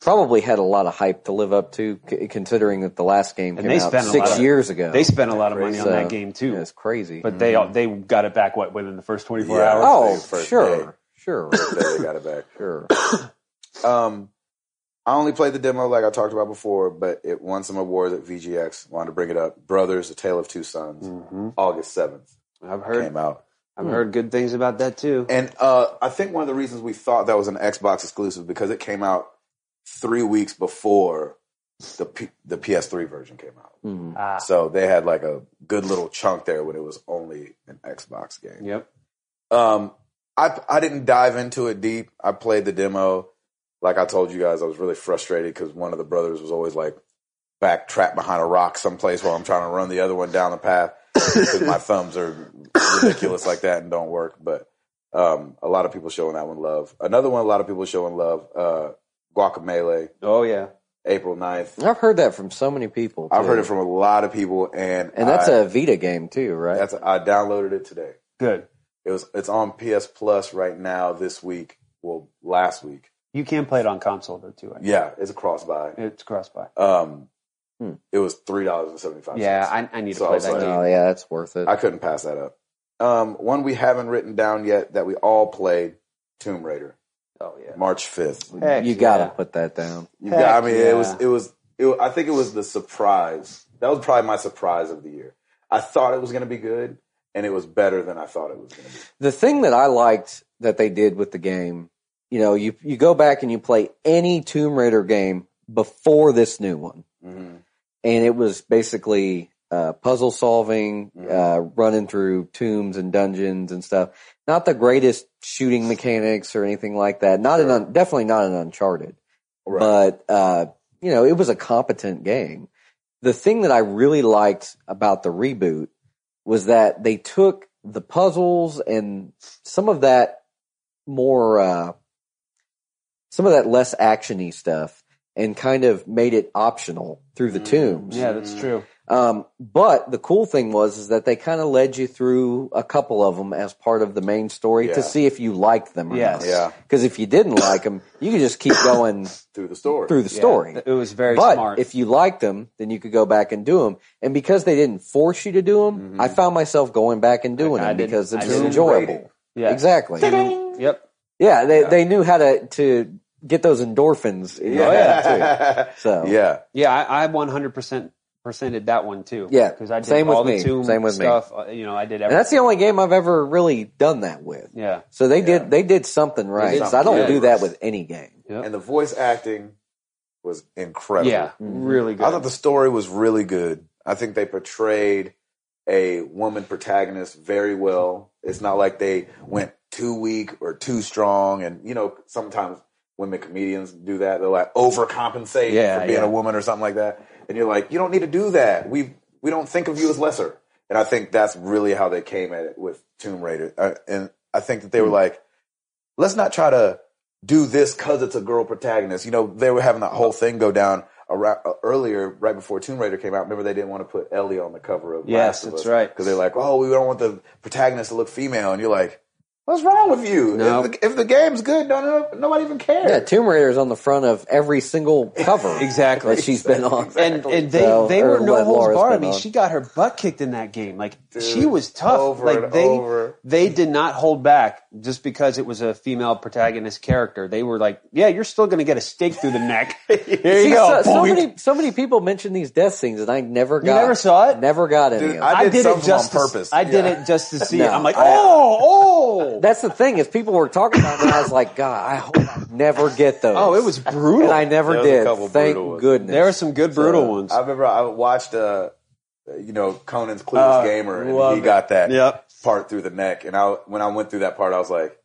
C: probably had a lot of hype to live up to, c- considering that the last game
B: And
C: came
B: they
C: out
B: spent a
C: six
B: lot of-
C: years ago.
B: They spent a lot of money on
C: So,
B: that game too,
C: Yeah, it's crazy.
B: but they they got it back what within the first twenty four
A: Yeah.
B: hours.
C: oh,
A: Mm-hmm. First day.
C: sure, sure,
A: There they got it back.
C: sure.
A: Um, I only played the demo like I talked about before, but it won some awards at VGX. Wanted to bring it up. Brothers, A Tale of Two Sons,
B: Mhm.
A: August 7th
B: I've
A: came
B: heard
A: out.
B: I've heard good things about that too.
A: And uh, I think one of the reasons we thought that was an Xbox exclusive because it came out three weeks before the P- the PS3 version came out.
C: Mhm.
B: Ah,
A: So they had like a good little chunk there when it was only an Xbox game.
B: yep.
A: Um, I I didn't dive into it deep. I played the demo. Like I told you guys, I was really frustrated because one of the brothers was always like back trapped behind a rock someplace while I'm trying to run the other one down the path because my thumbs are ridiculous like that and don't work. But um, a lot of people showing that one love. Another one, a lot of people showing love. Uh, Guacamele,
B: Oh yeah.
A: April 9th.
C: I've heard that from so many people.
A: I've
C: too.
A: heard it from a lot of people, and
C: and that's
A: I,
C: a Vita game too, right?
A: that's I downloaded it today.
B: Good.
A: It was it's on PS Plus right now this week. Well, last week.
B: You can play it on console though too. I think.
A: Yeah, it's a cross buy.
B: It's cross by.
A: Um,
C: Hmm.
A: it was three dollars and seventy five.
B: Yeah, I, I need to
A: So I
B: play
A: was
B: that
A: like,
B: game.
C: Oh yeah, that's worth it.
A: I couldn't pass that up. Um, one we haven't written down yet that we all played Tomb Raider,
B: Oh yeah.
A: March fifth.
B: Heck
C: you gotta
B: yeah.
C: put that down.
A: You got, I
B: Heck
A: mean, it was,
B: yeah.
A: it was, it was, I think it was the surprise. That was probably my surprise of the year. I thought it was going to be good, and it was better than I thought it was going to be.
C: The thing that I liked that they did with the game, you know, you you go back and you play any Tomb Raider game before this new one,
A: Mm-hmm.
C: and it was basically uh, puzzle solving,
A: Mhm.
C: uh, running through tombs and dungeons and stuff. Not the greatest shooting mechanics or anything like that. Not an
A: Sure.
C: un, definitely not an Uncharted.
A: Right.
C: but uh, you know it was a competent game. The thing that I really liked about the reboot was that they took the puzzles and some of that more, uh, some of that less actiony stuff, and kind of made it optional through the
A: Mm.
C: tombs.
B: Yeah, that's true.
C: Um, but the cool thing was is that they kind of led you through a couple of them as part of the main story
A: Yeah.
C: to see if you liked them or
B: Yes.
C: not.
A: yeah,
C: Because if you didn't like them, you could just keep going
A: through the story.
C: through the
B: Yeah,
C: story.
B: th- it was very
C: but
B: smart.
C: if you liked them, then you could go back and do them. And because they didn't force you to do them,
A: Mhm.
C: I found myself going back and doing
B: Like, Mm-hmm. I
C: them
B: did-
C: because
B: I
C: it's
B: did.
C: enjoyable.
B: yeah.
C: Exactly.
B: Yep.
C: Yeah, they
A: Yeah.
C: they knew how to to get those endorphins. In
B: Oh,
C: your head, Oh, too.
A: Yeah.
C: So
A: yeah.
B: Yeah, I, I 100% percented that one too.
C: Yeah,
B: because I did
C: same with
B: all
C: me,
B: the tomb
C: same with me.
B: stuff. uh, You know, I did
C: and
B: everything.
C: that's the only game I've ever really done that with.
B: yeah.
C: So they
A: Yeah.
C: did they did something right.
B: did
C: so I don't
A: something
C: do
A: good.
C: that with any game.
B: Yep.
A: And the voice acting was incredible.
B: Yeah, really good.
A: I thought the story was really good. I think they portrayed a woman protagonist very well. It's not like they went too weak or too strong. And, you know, sometimes women comedians do that. They'll like overcompensate
B: Yeah,
A: for being
B: yeah.
A: a woman or something like that. And you're like, you don't need to do that. We, we don't think of you as lesser. And I think that's really how they came at it with Tomb Raider. Uh, and I think that they
B: Hmm.
A: were like, let's not try to do this because it's a girl protagonist. You know, they were having that whole thing go down around, uh, earlier, right before Tomb Raider came out. Remember, they didn't want to put Ellie on the cover of Last
B: Yes,
A: of
B: that's
A: Us
B: right.
A: because they're like, oh, we don't want the protagonist to look female, and you're like, what's wrong with you?
B: No.
A: If, the, if the game's good, no, no, no, nobody even cares.
C: Yeah, Tomb Raider is on the front of every single cover
B: exactly.
C: that she's been on.
B: and, and they,
C: So,
B: they
C: or
B: were no
C: what
B: holds
C: Laura's
B: barred. I
C: been
B: mean,
C: on.
B: she got her butt kicked in that game. Like
A: Dude,
B: she was tough.
A: over
B: like
A: and
B: they
A: over.
B: they did not hold back just because it was a female protagonist character. They were like, yeah, you're still going to get a stake through the neck. Here you
C: See,
B: go.
C: So, so
B: boink.
C: many, so many people mentioned these death scenes, and I never got.
B: never saw it?
C: Never got any.
A: Dude,
C: of it.
A: I
B: I
A: did
B: did,
A: some
B: it
A: of them
B: just
A: on
B: to-
A: purpose.
B: I did
A: Yeah.
B: it just to see
C: No,
B: it. I'm like,
C: I-
B: oh, oh,
C: That's the thing is, people were talking about it. And I was like, God, I hope I never get those.
B: oh, it was brutal.
C: and I never
A: There was a
C: did.
A: couple
C: Thank
A: brutal ones.
C: goodness.
B: there were some good brutal
A: Uh,
B: ones.
A: I remember I watched, uh, you know, Conan's Clueless
B: Uh,
A: Gamer, and
B: love
A: he
B: it.
A: got that
B: Yep.
A: part through the neck. And I, when I went through that part, I was like,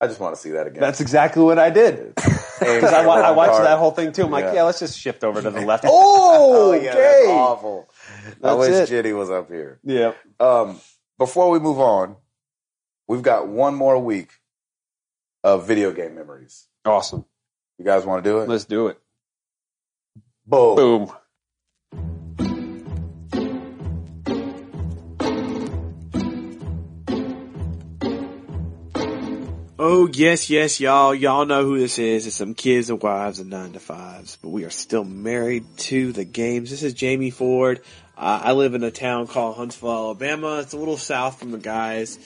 A: I just want to see that again.
B: That's exactly what I did. Because I, wa- I watched that whole thing too. I'm like,
A: Yeah.
B: yeah. let's just shift over to the left. Oh,
A: Oh,
B: okay.
A: yeah, that's awful. I
B: That's
A: wish
B: it.
A: Jenny was up here.
B: Yep.
A: Um, before we move on, we've got one more week of video game memories.
B: Awesome.
A: You guys want to do it?
B: Let's do it.
A: Boom.
B: Boom.
D: Oh yes, yes, y'all. Y'all know who this is. It's some kids and wives and nine to fives, but we are still married to the games. This is Jamie Ford. Uh, I live in a town called Huntsville, Alabama. It's a little south from the guys.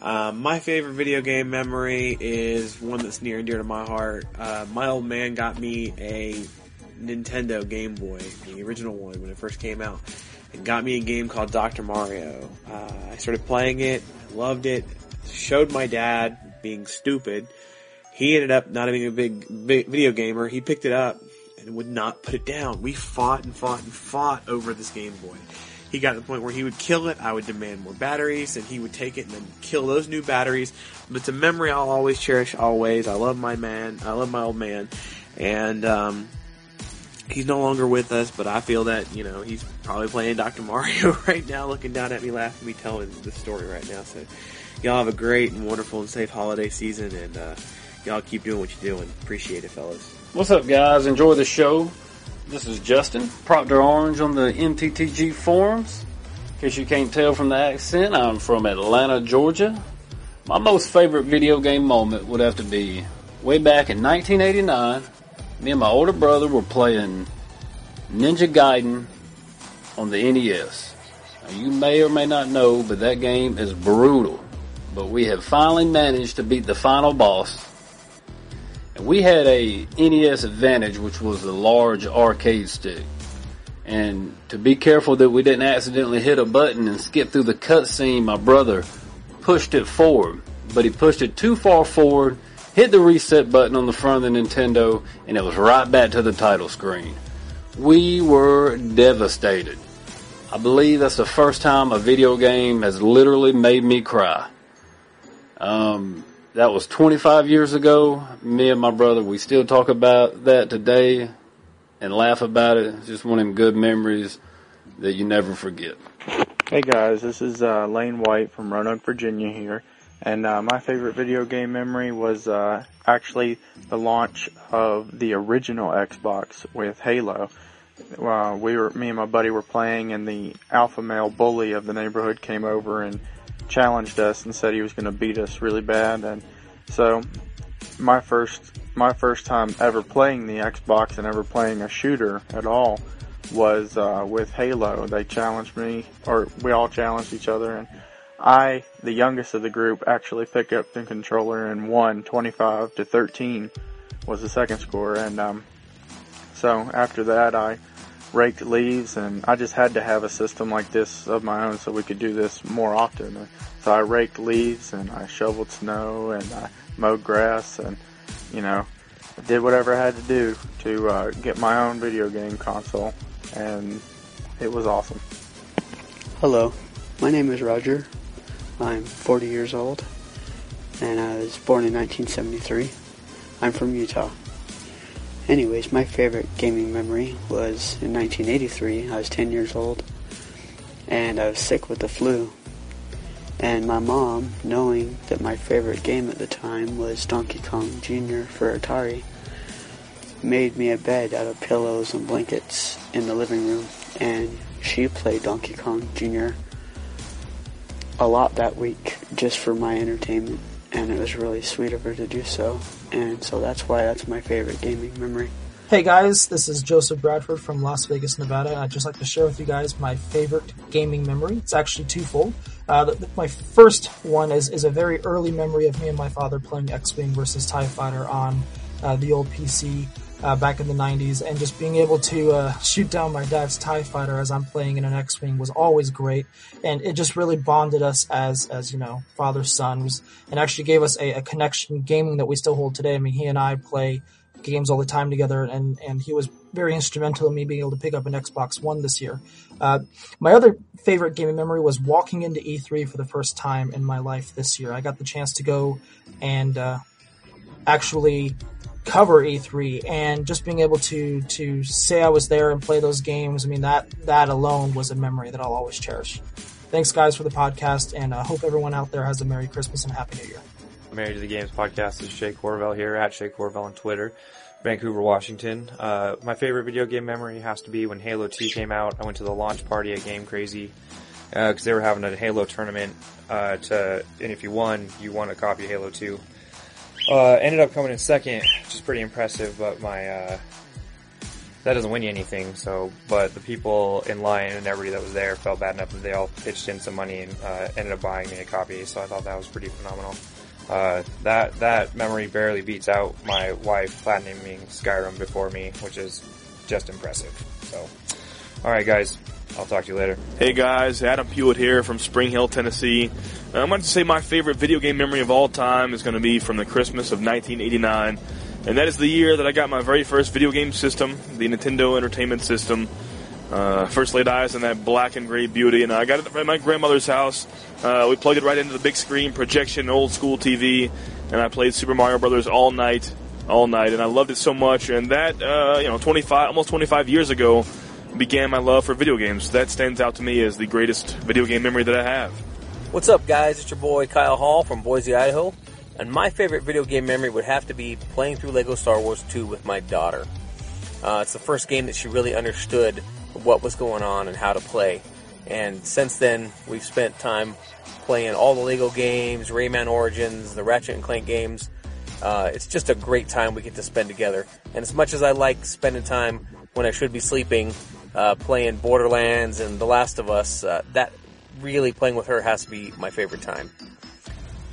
D: Um, my favorite video game memory is one that's near and dear to my heart. Uh, my old man got me a Nintendo Game Boy, the original one when it first came out, and got me a game called Dr. Mario. Uh, I started playing it, loved it, showed my dad being stupid. He ended up not being a big vi- video gamer. He picked it up and would not put it down. We fought and fought and fought over this Game Boy. He got to the point where he would kill it. I would demand more batteries, and he would take it and then kill those new batteries. But it's a memory I'll always cherish. Always, I love my man. I love my old man, and um, he's no longer with us, but I feel that, you know, he's probably playing Dr. Mario right now, looking down at me, laughing at me, telling this story right now. So, y'all have a great and wonderful and safe holiday season, and uh, y'all keep doing what you're doing. Appreciate it, fellas.
E: What's up, guys? Enjoy the show. This is Justin, Proctor Orange on the MTTG forums. In case you can't tell from the accent, I'm from Atlanta, Georgia. My most favorite video game moment would have to be way back in 1989, me and my older brother were playing Ninja Gaiden on the NES. Now, you may or may not know, but that game is brutal. But we have finally managed to beat the final boss. And we had a NES Advantage, which was the large arcade stick. And to be careful that we didn't accidentally hit a button and skip through the cutscene, my brother pushed it forward, but he pushed it too far forward, hit the reset button on the front of the Nintendo, and it was right back to the title screen. We were devastated. I believe that's the first time a video game has literally made me cry. Um, that was 25 years ago. Me and my brother, we still talk about that today and laugh about it. It's just one of them good memories that you never forget.
F: Hey guys, this is uh, Lane White from Roanoke, Virginia here, and uh, my favorite video game memory was uh, actually the launch of the original Xbox with Halo. Uh, we were, me and my buddy were playing, and the alpha male bully of the neighborhood came over and challenged us and said he was going to beat us really bad, and so my first my first time ever playing the Xbox and ever playing a shooter at all was uh, with Halo. They challenged me, or we all challenged each other, and I, the youngest of the group, actually picked up the controller and won 25 to 13 was the second score, and um, so after that I raked leaves and I just had to have a system like this of my own so we could do this more often. So I raked leaves and I shoveled snow and I mowed grass and you know did whatever I had to do to uh, get my own video game console and it was awesome.
G: Hello, my name is Roger. I'm 40 years old and I was born in 1973. I'm from Utah. Anyways, my favorite gaming memory was in 1983. I was 10 years old and I was sick with the flu. And my mom, knowing that my favorite game at the time was Donkey Kong Jr. for Atari, made me a bed out of pillows and blankets in the living room. And she played Donkey Kong Jr. a lot that week just for my entertainment. And it was really sweet of her to do so. And so that's why that's my favorite gaming memory.
H: Hey guys, this is Joseph Bradford from Las Vegas, Nevada, and I'd just like to share with you guys my favorite gaming memory. It's actually twofold. Uh, the, the- my first one is, is a very early memory of me and my father playing X Wing versus TIE Fighter on uh, the old PC uh, back in the 90s, and just being able to uh, shoot down my dad's TIE Fighter as I'm playing in an X Wing was always great, and it just really bonded us as, as you know, father sons, and actually gave us a, a connection gaming that we still hold today. I mean, he and I play games all the time together, and and he was very instrumental in me being able to pick up an Xbox One this year. Uh, my other favorite gaming memory was walking into E3 for the first time in my life this year. I got the chance to go and uh, actually cover E3, and just being able to to say I was there and play those games. I mean that that alone was a memory that I'll always cherish. Thanks, guys, for the podcast, and I hope everyone out there has a Merry Christmas and a Happy New Year.
I: Married to the Games podcast is Shay Corvell here at Shay Corvell on Twitter, Vancouver, Washington. Uh, my favorite video game memory has to be when Halo 2 came out. I went to the launch party at Game Crazy because they were having a Halo tournament. Uh, to and if you won, you won a copy of Halo 2. Uh, ended up coming in second, which is pretty impressive. But my uh, that doesn't win you anything. So, but the people in line and everybody that was there felt bad enough that they all pitched in some money and uh, ended up buying me a copy. So I thought that was pretty phenomenal. Uh, that that memory barely beats out my wife platinuming Skyrim before me, which is just impressive. So, all right, guys, I'll talk to you later.
J: Hey guys, Adam Pewitt here from Spring Hill, Tennessee. Uh, I'm going to say my favorite video game memory of all time is going to be from the Christmas of 1989, and that is the year that I got my very first video game system, the Nintendo Entertainment System. Uh, first laid eyes on that black and gray beauty, and I got it at my grandmother's house. Uh, we plugged it right into the big screen projection, old school TV, and I played Super Mario Brothers all night, all night, and I loved it so much. And that, uh, you know, 25, almost 25 years ago, began my love for video games. That stands out to me as the greatest video game memory that I have.
K: What's up, guys? It's your boy Kyle Hall from Boise, Idaho. And my favorite video game memory would have to be playing through LEGO Star Wars 2 with my daughter. Uh, it's the first game that she really understood what was going on and how to play. And since then, we've spent time playing all the LEGO games, Rayman Origins, the Ratchet and Clank games, Uh, it's just a great time we get to spend together. And as much as I like spending time when I should be sleeping, uh, playing Borderlands and The Last of Us, uh, that really playing with her has to be my favorite time.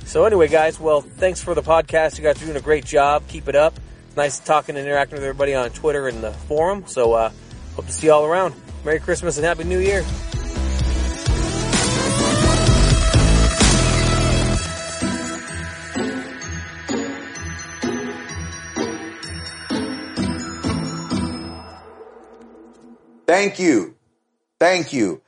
K: So anyway, guys, well, thanks for the podcast. You guys are doing a great job. Keep it up. It's nice talking and interacting with everybody on Twitter and the forum. So uh, hope to see you all around. Merry Christmas and Happy New Year.
A: Thank you. Thank you.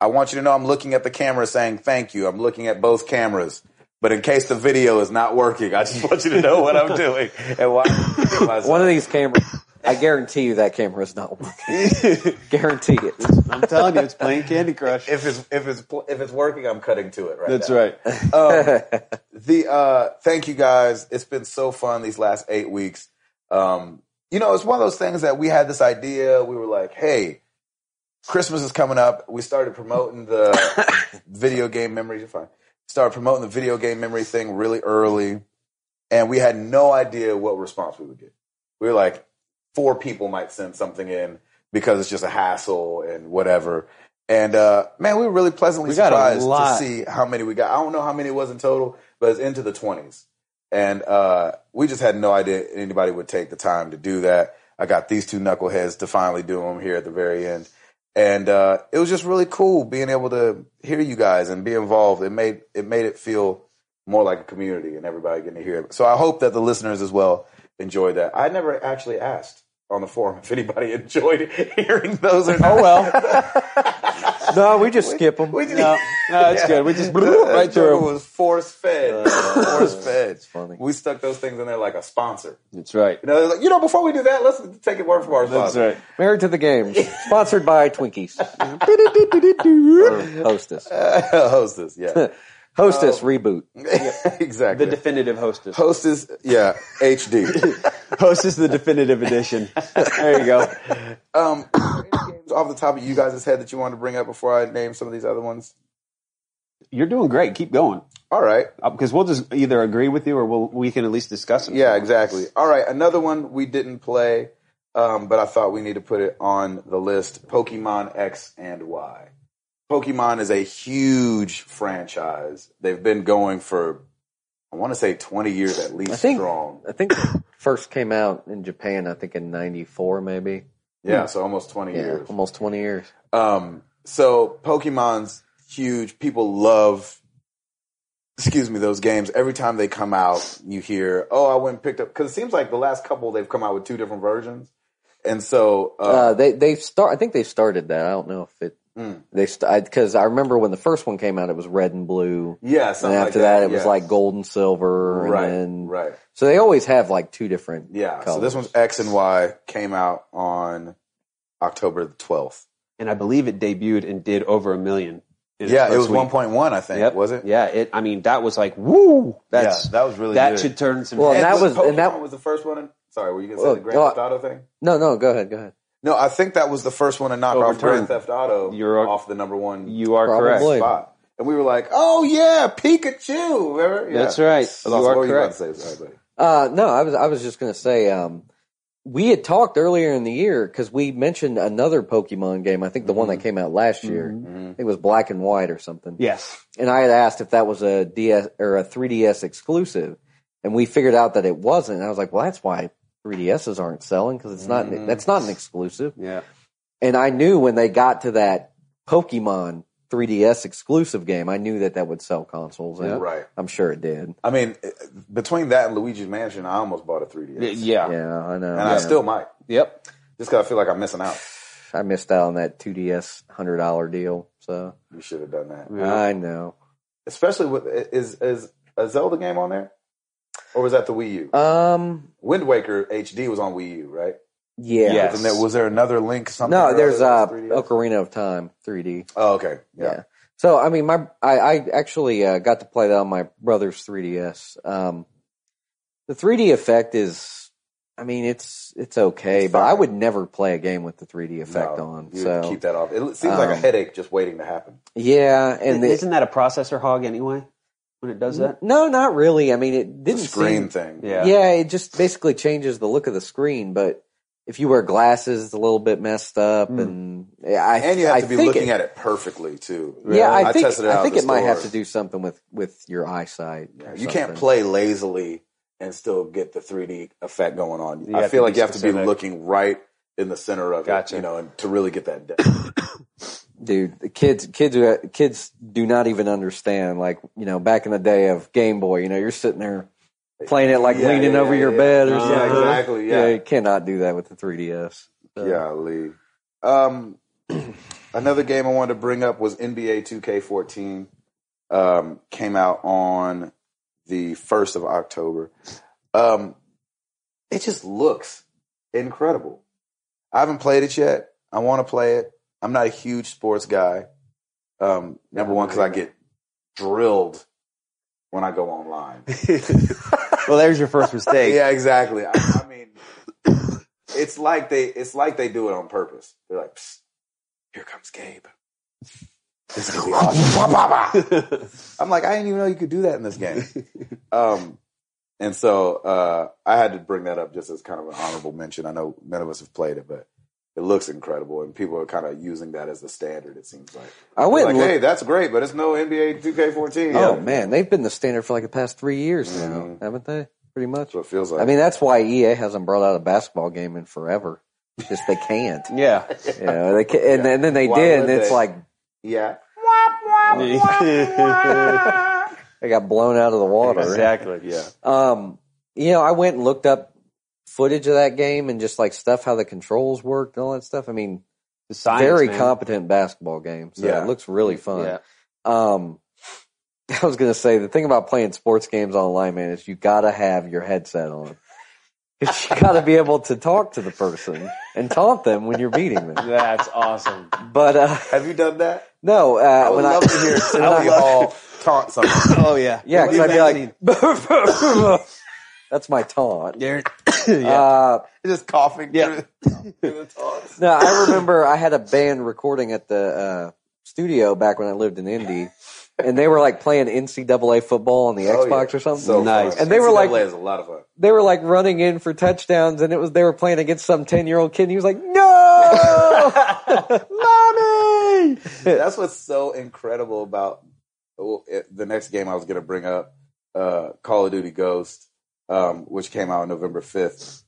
A: I want you to know I'm looking at the camera saying thank you. I'm looking at both cameras. But in case the video is not working, I just want you to know what I'm doing and why I'm doing myself.
C: One of these cameras, I guarantee you that camera is not working. guarantee it.
B: I'm telling you, it's playing Candy Crush.
A: if it's if it's pl- if it's working, I'm cutting to it right.
B: That's
A: now.
B: right.
A: Um, the uh, thank you guys. It's been so fun these last eight weeks. Um, you know, it's one of those things that we had this idea. We were like, hey, Christmas is coming up. We started promoting the video game memory. You're fine. Started promoting the video game memory thing really early, and we had no idea what response we would get. We were like, four people might send something in because it's just a hassle and whatever. And uh, man, we were really pleasantly
B: We got a
A: surprised to
B: lot.
A: see how many we got. I don't know how many it was in total, but it's into the twenties. And uh, we just had no idea anybody would take the time to do that. I got these two knuckleheads to finally do them here at the very end, and uh, it was just really cool being able to hear you guys and be involved. It made it made it feel more like a community and everybody getting to hear it. So I hope that the listeners as well enjoy that. I never actually asked on the forum if anybody enjoyed hearing those or not.
B: Oh well,
C: No, we just skip them.
A: We didn't-
B: no, no, it's good. We just right
A: That joke
B: through. Uh,
A: was force fed. force fed.
C: It's funny.
A: We stuck those things in there like a sponsor.
B: That's right.
A: You know, they're like, you know, before we do that, let's take it word for our
B: That's
A: sponsor.
B: right.
C: Married to the Games, sponsored by Twinkies. Or Hostess.
A: Hostess, yeah. Um,
C: Hostess reboot.
A: exactly.
B: The definitive hostess.
A: Hostess, yeah, HD.
B: Hostess, the definitive edition. There you go.
A: um, are there any games off the top of you guys' head that you wanted to bring up before I name some of these other ones?
B: You're doing great. Keep going
A: All right.
B: because we'll just either agree with you or we'll, we can at least discuss it.
A: Yeah, exactly. All right, another one we didn't play, um, but I thought we need to put it on the list: Pokemon X and Y. Pokemon is a huge franchise. They've been going for, I want to say, twenty years at least.
C: I think-
A: strong.
C: I think it first came out in Japan. I think in '94, maybe.
A: Yeah, so almost twenty
C: Yeah,
A: years.
C: almost 20 years.
A: Um, so Pokemon's huge. People love, excuse me, those games. Every time they come out, you hear, "Oh, I went and picked up." Because it seems like the last couple they've come out with two different versions, and so
C: Uh,
A: uh,
C: they they start. I think they started that. I don't know if it.
A: Mm.
C: They st- because I, remember when the first one came out, it was red and blue,
A: yeah. something
C: and
A: like
C: after that, it was
A: yeah.
C: like gold and silver,
A: right,
C: and then,
A: right,
C: so they always have like two different.
A: yeah. So
C: Colors.
A: this one's X and Y came out on October the twelfth.
B: and I believe it debuted and did over a million. in its
A: Yeah, it
B: first
A: was
B: week.
A: one point one, I think,
B: Yep.
A: was it?
B: Yeah, it. I mean, that was like woo. That's
A: Yeah, that was really
B: that
A: good.
B: should turn some.
C: Well,
B: heads.
C: that
A: And
C: was- and that-
A: Pokemon was the first one. In, sorry, were you gonna say
C: Well,
A: the Grand Theft
C: no,
A: Auto thing?
C: No, no, go ahead, go ahead.
A: No, I think that was the first one to knock off Grand
B: Overturned.
A: Theft Auto
B: You're-
A: off the number one
B: you are
C: Probably.
B: correct.
A: spot. And we were like, "Oh yeah, Pikachu!" Remember? Yeah.
B: That's right.
A: So
B: You
A: what
B: are
A: were you about to
B: correct.
A: say? Sorry, buddy.
C: Uh, no, I was I was just gonna say um, we had talked earlier in the year because we mentioned another Pokemon game. I think the
A: Mm-hmm.
C: one that came out last year. I think it was Black and White or something.
B: Yes.
C: and I had asked if that was a DS or a 3DS exclusive, and we figured out that it wasn't. And I was like, well, that's why 3DSs aren't selling because it's not
A: Mm-hmm.
C: that's not an exclusive.
B: Yeah.
C: And I knew when they got to that Pokemon 3DS exclusive game, I knew that that would sell consoles, and
A: Right.
C: I'm sure it did.
A: I mean, eh, between that and Luigi's Mansion, I almost bought a 3DS,
B: Y-
A: and
B: Yeah.
C: Yeah, I know.
A: I
C: Yeah.
A: still might,
B: Yep.
A: just because I feel like I'm missing out.
C: I missed out on that 2DS hundred dollar deal. So
A: You should have done that,
C: I know.
A: especially with is is a Zelda game on there, or was that the Wii U?
C: Um,
A: Wind Waker HD was on Wii U, right?
C: yeah.
B: Yeah.
A: And there, was there another Link? Something? or
C: No,
A: other
C: there's uh,
A: that was 3DS?
C: Ocarina of Time 3D.
A: Oh, okay. Yeah.
C: Yeah. So I mean, my I, I actually uh, got to play that on my brother's 3ds. Um, the 3D effect is, I mean, it's it's okay,
A: It's
C: but I
A: fine.
C: would never play a game with the 3D effect
A: No,
C: on.
A: you
C: So
A: keep that off. It seems like a
C: um,
A: headache just waiting to happen.
C: yeah, and the,
B: Isn't that a processor hog anyway? when it does that?
C: No, not really. I mean, it
A: The
C: didn't
A: screen thing.
C: seem-
B: Yeah.
C: yeah, it just basically changes the look of the screen. But if you wear glasses, it's a little bit messed up,
B: Hmm.
C: and yeah, I
A: And you have
C: I
A: to be
C: think
A: looking
C: it-
A: at it perfectly too.
C: Yeah, I think I,
A: tested it out at
C: think
A: the
C: it might have
A: store.
C: to do something with with your eyesight. or
A: You can't
C: something.
A: play lazily and still get the 3D effect going on.
B: You
A: I
B: have
A: feel
B: to
A: like
B: be
A: you have to be
B: specific.
A: looking right in the center of
B: Gotcha.
A: it, you know, and to really get that depth.
C: dude. The kids, kids, are- kids do not even understand. Like you know, back in the day of Game Boy, you know, you're sitting there playing it like
A: Yeah,
C: leaning
A: yeah,
C: over
A: yeah,
C: your
A: yeah.
C: bed or
B: Yeah,
C: something.
A: exactly, yeah.
C: you cannot do that with the 3ds. So,
A: Yeah, Lee. Um, another game I wanted to bring up was NBA 2K14. Um, came out on the 1st of October. Um, it just looks incredible. I haven't played it yet. I want to play it. I'm not a huge sports guy. Um, number one, because I get drilled when I go online.
B: well, there's your first mistake.
A: Yeah, exactly. I, I mean, it's like they it's like they do it on purpose. They're like, Psst, here comes Gabe. This is gonna be awesome. I'm like, I didn't even know you could do that in this game. Um, and so uh, I had to bring that up just as kind of an honorable mention. I know none of us have played it, but it looks incredible, and people are kind of using that as the standard. It seems like
C: I went.
A: like,
C: and looked-
A: hey, that's great, but it's no NBA 2K14.
C: Oh
A: Yeah.
C: man, they've been the standard for like the past three years now,
A: Mhm.
C: haven't they? Pretty much.
A: that's what it feels like.
C: I mean, that's why EA hasn't brought out a basketball game in forever. Just they can't.
B: Yeah.
C: you know, they can, and, then- and then they
A: Why
C: did, and
A: would
C: it's
A: they?
C: like
A: yeah,
C: they got blown out of the water.
B: exactly.
A: yeah.
C: Um, you know, I went and looked up footage of that game and just like stuff how the controls worked and all that stuff. I mean,
B: The science,
C: very
B: man.
C: competent basketball game. So
A: Yeah.
C: it looks really fun.
B: Yeah.
C: Um, I was gonna say the thing about playing sports games online, man, is you gotta have your headset on. 'Cause you gotta be able to talk to the person and taunt them when you're beating them.
B: That's awesome.
C: But uh,
A: Have you done that?
C: no, uh,
A: I would
C: when
A: love
C: I
A: to hear
C: when
A: Cynthia
C: I-
A: Hall taunt someone.
B: Oh yeah.
C: yeah, because I'd be
B: Magazine.
C: like, that's my taunt.
B: There- yeah.
C: Uh,
A: just coughing
B: Yeah.
A: through, through the taunts.
C: No, I remember I had a band recording at the uh, studio back when I lived in Indy, and they were like playing NCAA football on the
A: Oh,
C: Xbox
A: yeah.
C: or something.
A: So
B: Nice.
A: fun.
C: And they were
A: NCAA
C: like-
A: is a lot of fun.
C: they were like running in for touchdowns, and it was they were playing against some ten year old kid. and He was like, "No, mommy."
A: That's what's so incredible about well, it- the next game I was going to bring up, uh, Call of Duty Ghost, um, which came out on November fifth.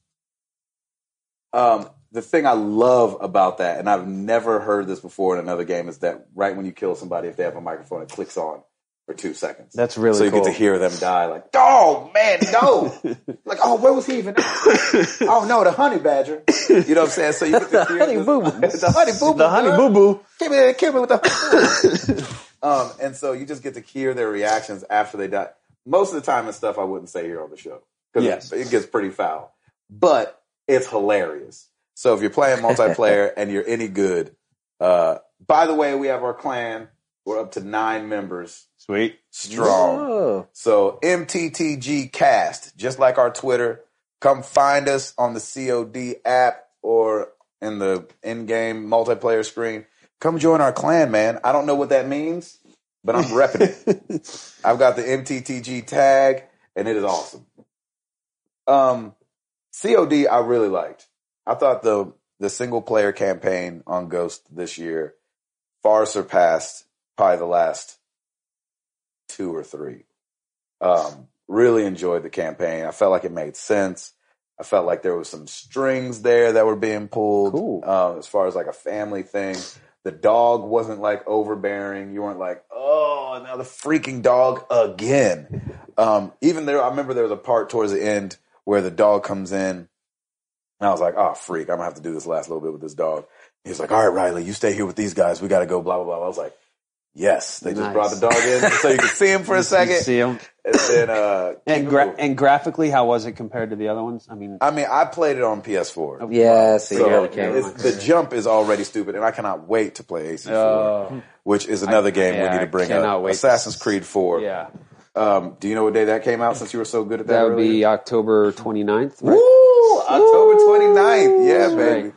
A: Um, the thing I love about that, and I've never heard this before in another game, is that right when you kill somebody, if they have a microphone, it clicks on for two seconds.
B: That's really
A: so you
B: cool.
A: get to hear them die. Like, oh man, no! like, oh, where was he even? oh no, the honey badger. You know what I'm saying? So you get to hear
C: honey
A: this-
C: boo-boo.
A: the honey boo boo,
B: the honey boo boo.
A: Give me, give me with the honey boo. um, and so you just get to hear their reactions after they die. Most of the time, it's stuff I wouldn't say here on the show because
B: Yes.
A: it, it gets pretty foul, but it's hilarious. So if you're playing multiplayer and you're any good, uh, by the way, we have our clan. We're up to nine members
B: Sweet.
A: strong.
C: Oh.
A: So MTTG Cast, just like our Twitter. Come find us on the COD app or in the in-game multiplayer screen. Come join our clan, man. I don't know what that means, but I'm repping it. I've got the MTTG tag, and it is awesome. Um, COD, I really liked. I thought the the single player campaign on Ghost this year far surpassed probably the last two or three um, really enjoyed the campaign. I felt like it made sense. I felt like there was some strings there that were being pulled.
C: Cool.
A: Um, as far as like a family thing, the dog wasn't like overbearing. You weren't like, oh, now the freaking dog again. Um, even there, I remember there was a part towards the end where the dog comes in, and I was like, oh, freak, I'm gonna have to do this last little bit with this dog. He's like, all right, Riley, you stay here with these guys. We got to go. Blah blah blah. I was like, yes, they just
B: Nice.
A: brought the dog in so you could see him for a
B: You
A: second
B: see 'em.
A: and then uh
B: And,
A: keep it
B: gra-
A: moving.
B: and graphically, how was it compared to the other ones? I mean,
A: I mean, I played it on PS4.
B: Okay.
C: Yeah, see,
A: So
C: yeah,
B: the camera.
A: it's- the jump is already stupid, and I cannot wait to play AC4,
B: Oh.
A: which is another
B: I-
A: game
B: yeah,
A: we need
B: I
A: to bring
B: cannot
A: up.
B: wait to-
A: Assassin's Creed 4.
B: yeah,
A: Um, do you know what day that came out since you were so good at that?
B: that would be
A: earlier?
B: October 29th. Right?
A: Woo! October 29th. Yeah, baby.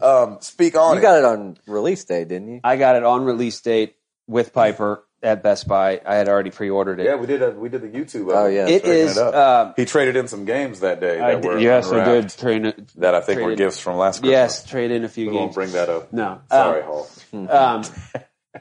A: Um, speak on
C: you
A: it.
C: got it on release day, didn't you?
B: I got it on release date with Piper. at Best Buy. I had already pre-ordered it.
A: Yeah, we did. A, we did the YouTube.
C: Oh, yeah,
B: uh, it
A: breaking
B: is.
A: up.
B: um,
A: he traded in some games that day.
B: I
A: That
B: did-
A: were
B: yes, I did
A: unwrapped
B: train it.
A: That I think were
B: Traded.
A: gifts from last Christmas.
B: Yes, trade in a few
A: we
B: games.
A: won't bring that up.
B: no,
A: Sorry,
B: Um,
A: Hall.
B: um,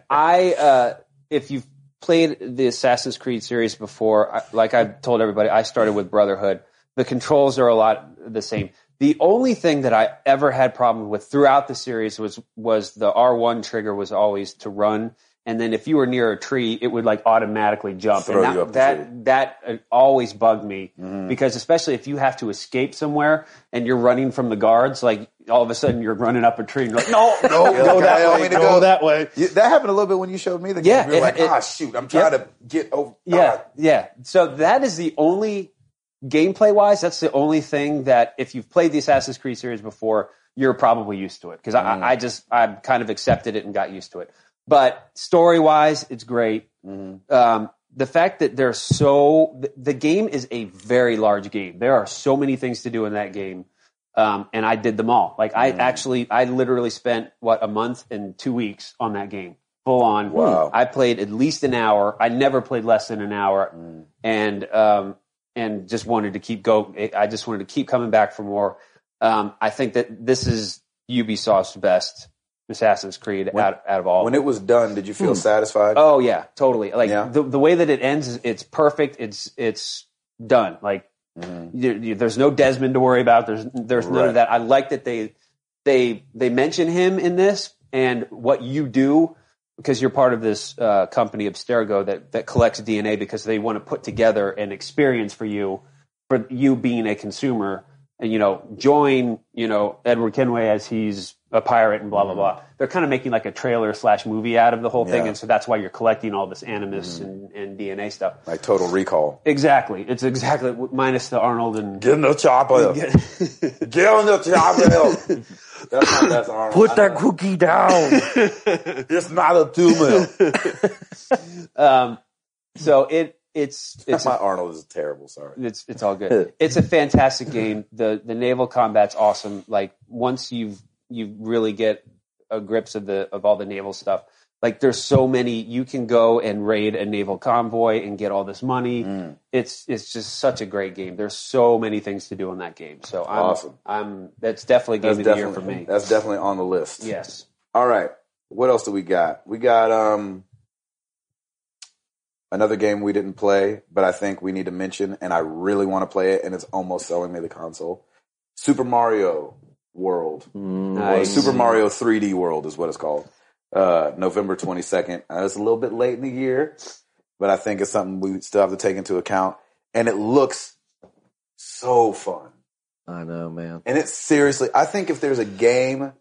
B: I uh, if you've played the Assassin's Creed series before, I, like I've told everybody, I started with Brotherhood. The controls are a lot the same. The only thing that I ever had problem with throughout the series was was the R one trigger was always to run, and then if you were near a tree, it would like automatically jump.
A: Throw
B: and that
A: you up the tree.
B: that, that uh, always bugged me because especially if you have to escape somewhere and you're running from the guards, like all of a sudden you're running up a tree and you're like, no, no,
A: You're
B: go
A: like,
B: that
A: "I want
B: way,
A: me to
B: go,
A: go."
B: that way.
A: You- that happened a little bit when you showed me the
B: Yeah,
A: game. You were
B: it-
A: like,
B: it-
A: ah, shoot, I'm trying to get over.
B: Yeah, yeah. So that is the only gameplay wise. That's the only thing that if you've played the Assassin's Creed series before, you're probably used to it because I, I just I kind of accepted it and got used to it. But story wise, it's great. Um, the fact that there's so the, the game is a very large game. There are so many things to do in that game. Um, and I did them all. Like I actually, I literally spent what a month and two weeks on that game, full on.
A: Wow.
B: I played at least an hour. I never played less than an hour,
A: Mm.
B: and um, and just wanted to keep go. I just wanted to keep coming back for more. Um, I think that this is Ubisoft's best Assassin's Creed out, out of all. of
A: When it was done, did you feel satisfied?
B: Oh yeah, totally. Like
A: Yeah.
B: the the way that it ends, is it's perfect. It's it's done. Like you, you- there's no Desmond to worry about. There's there's none
A: Mm-hmm. Right.
B: of that. I like that they they they mention him in this and what you do because you're part of this uh, company Abstergo that that collects DNA because they want to put together an experience for you for you being a consumer and you know join you know Edward Kenway as he's a pirate and blah blah blah. They're kind of making like a trailer slash movie out of the whole thing,
A: Mm-hmm. Yeah. Mm-hmm.
B: and so that's why you're collecting all this animus and, and DNA stuff.
A: Like Total Recall.
B: Exactly, it's exactly minus the Arnold and
A: Get in the chopper. Get in the chopper. that's not that's Arnold. I know.
C: cookie down.
A: It's not a two mil.
B: um, so it it's it's
A: My Arnold is terrible. Sorry.
B: it's it's all good. It's a fantastic game. The the naval combat's awesome. Like once you've you really get a grips of the of all the naval stuff. Like there's so many you can go and raid a naval convoy and get all this money.
A: Mm.
B: It's it's just such a great game. There's so many things to do in that game. So I'm
A: Awesome.
B: I'm that's definitely game
A: That's
B: of the year for
A: definitely
B: me.
A: that's definitely on the list.
B: yes.
A: All right. What else do we got? We got um another game we didn't play, but I think we need to mention, and I really want to play it, and it's almost selling me the console. Super Mario World. Or
B: Nice.
A: Super Mario 3D World is what it's called. Uh, November 22nd. Uh, it's a little bit late in the year, but I think it's something we still have to take into account. And it looks so fun.
C: I know, man.
A: And it's seriously, I think if there's a game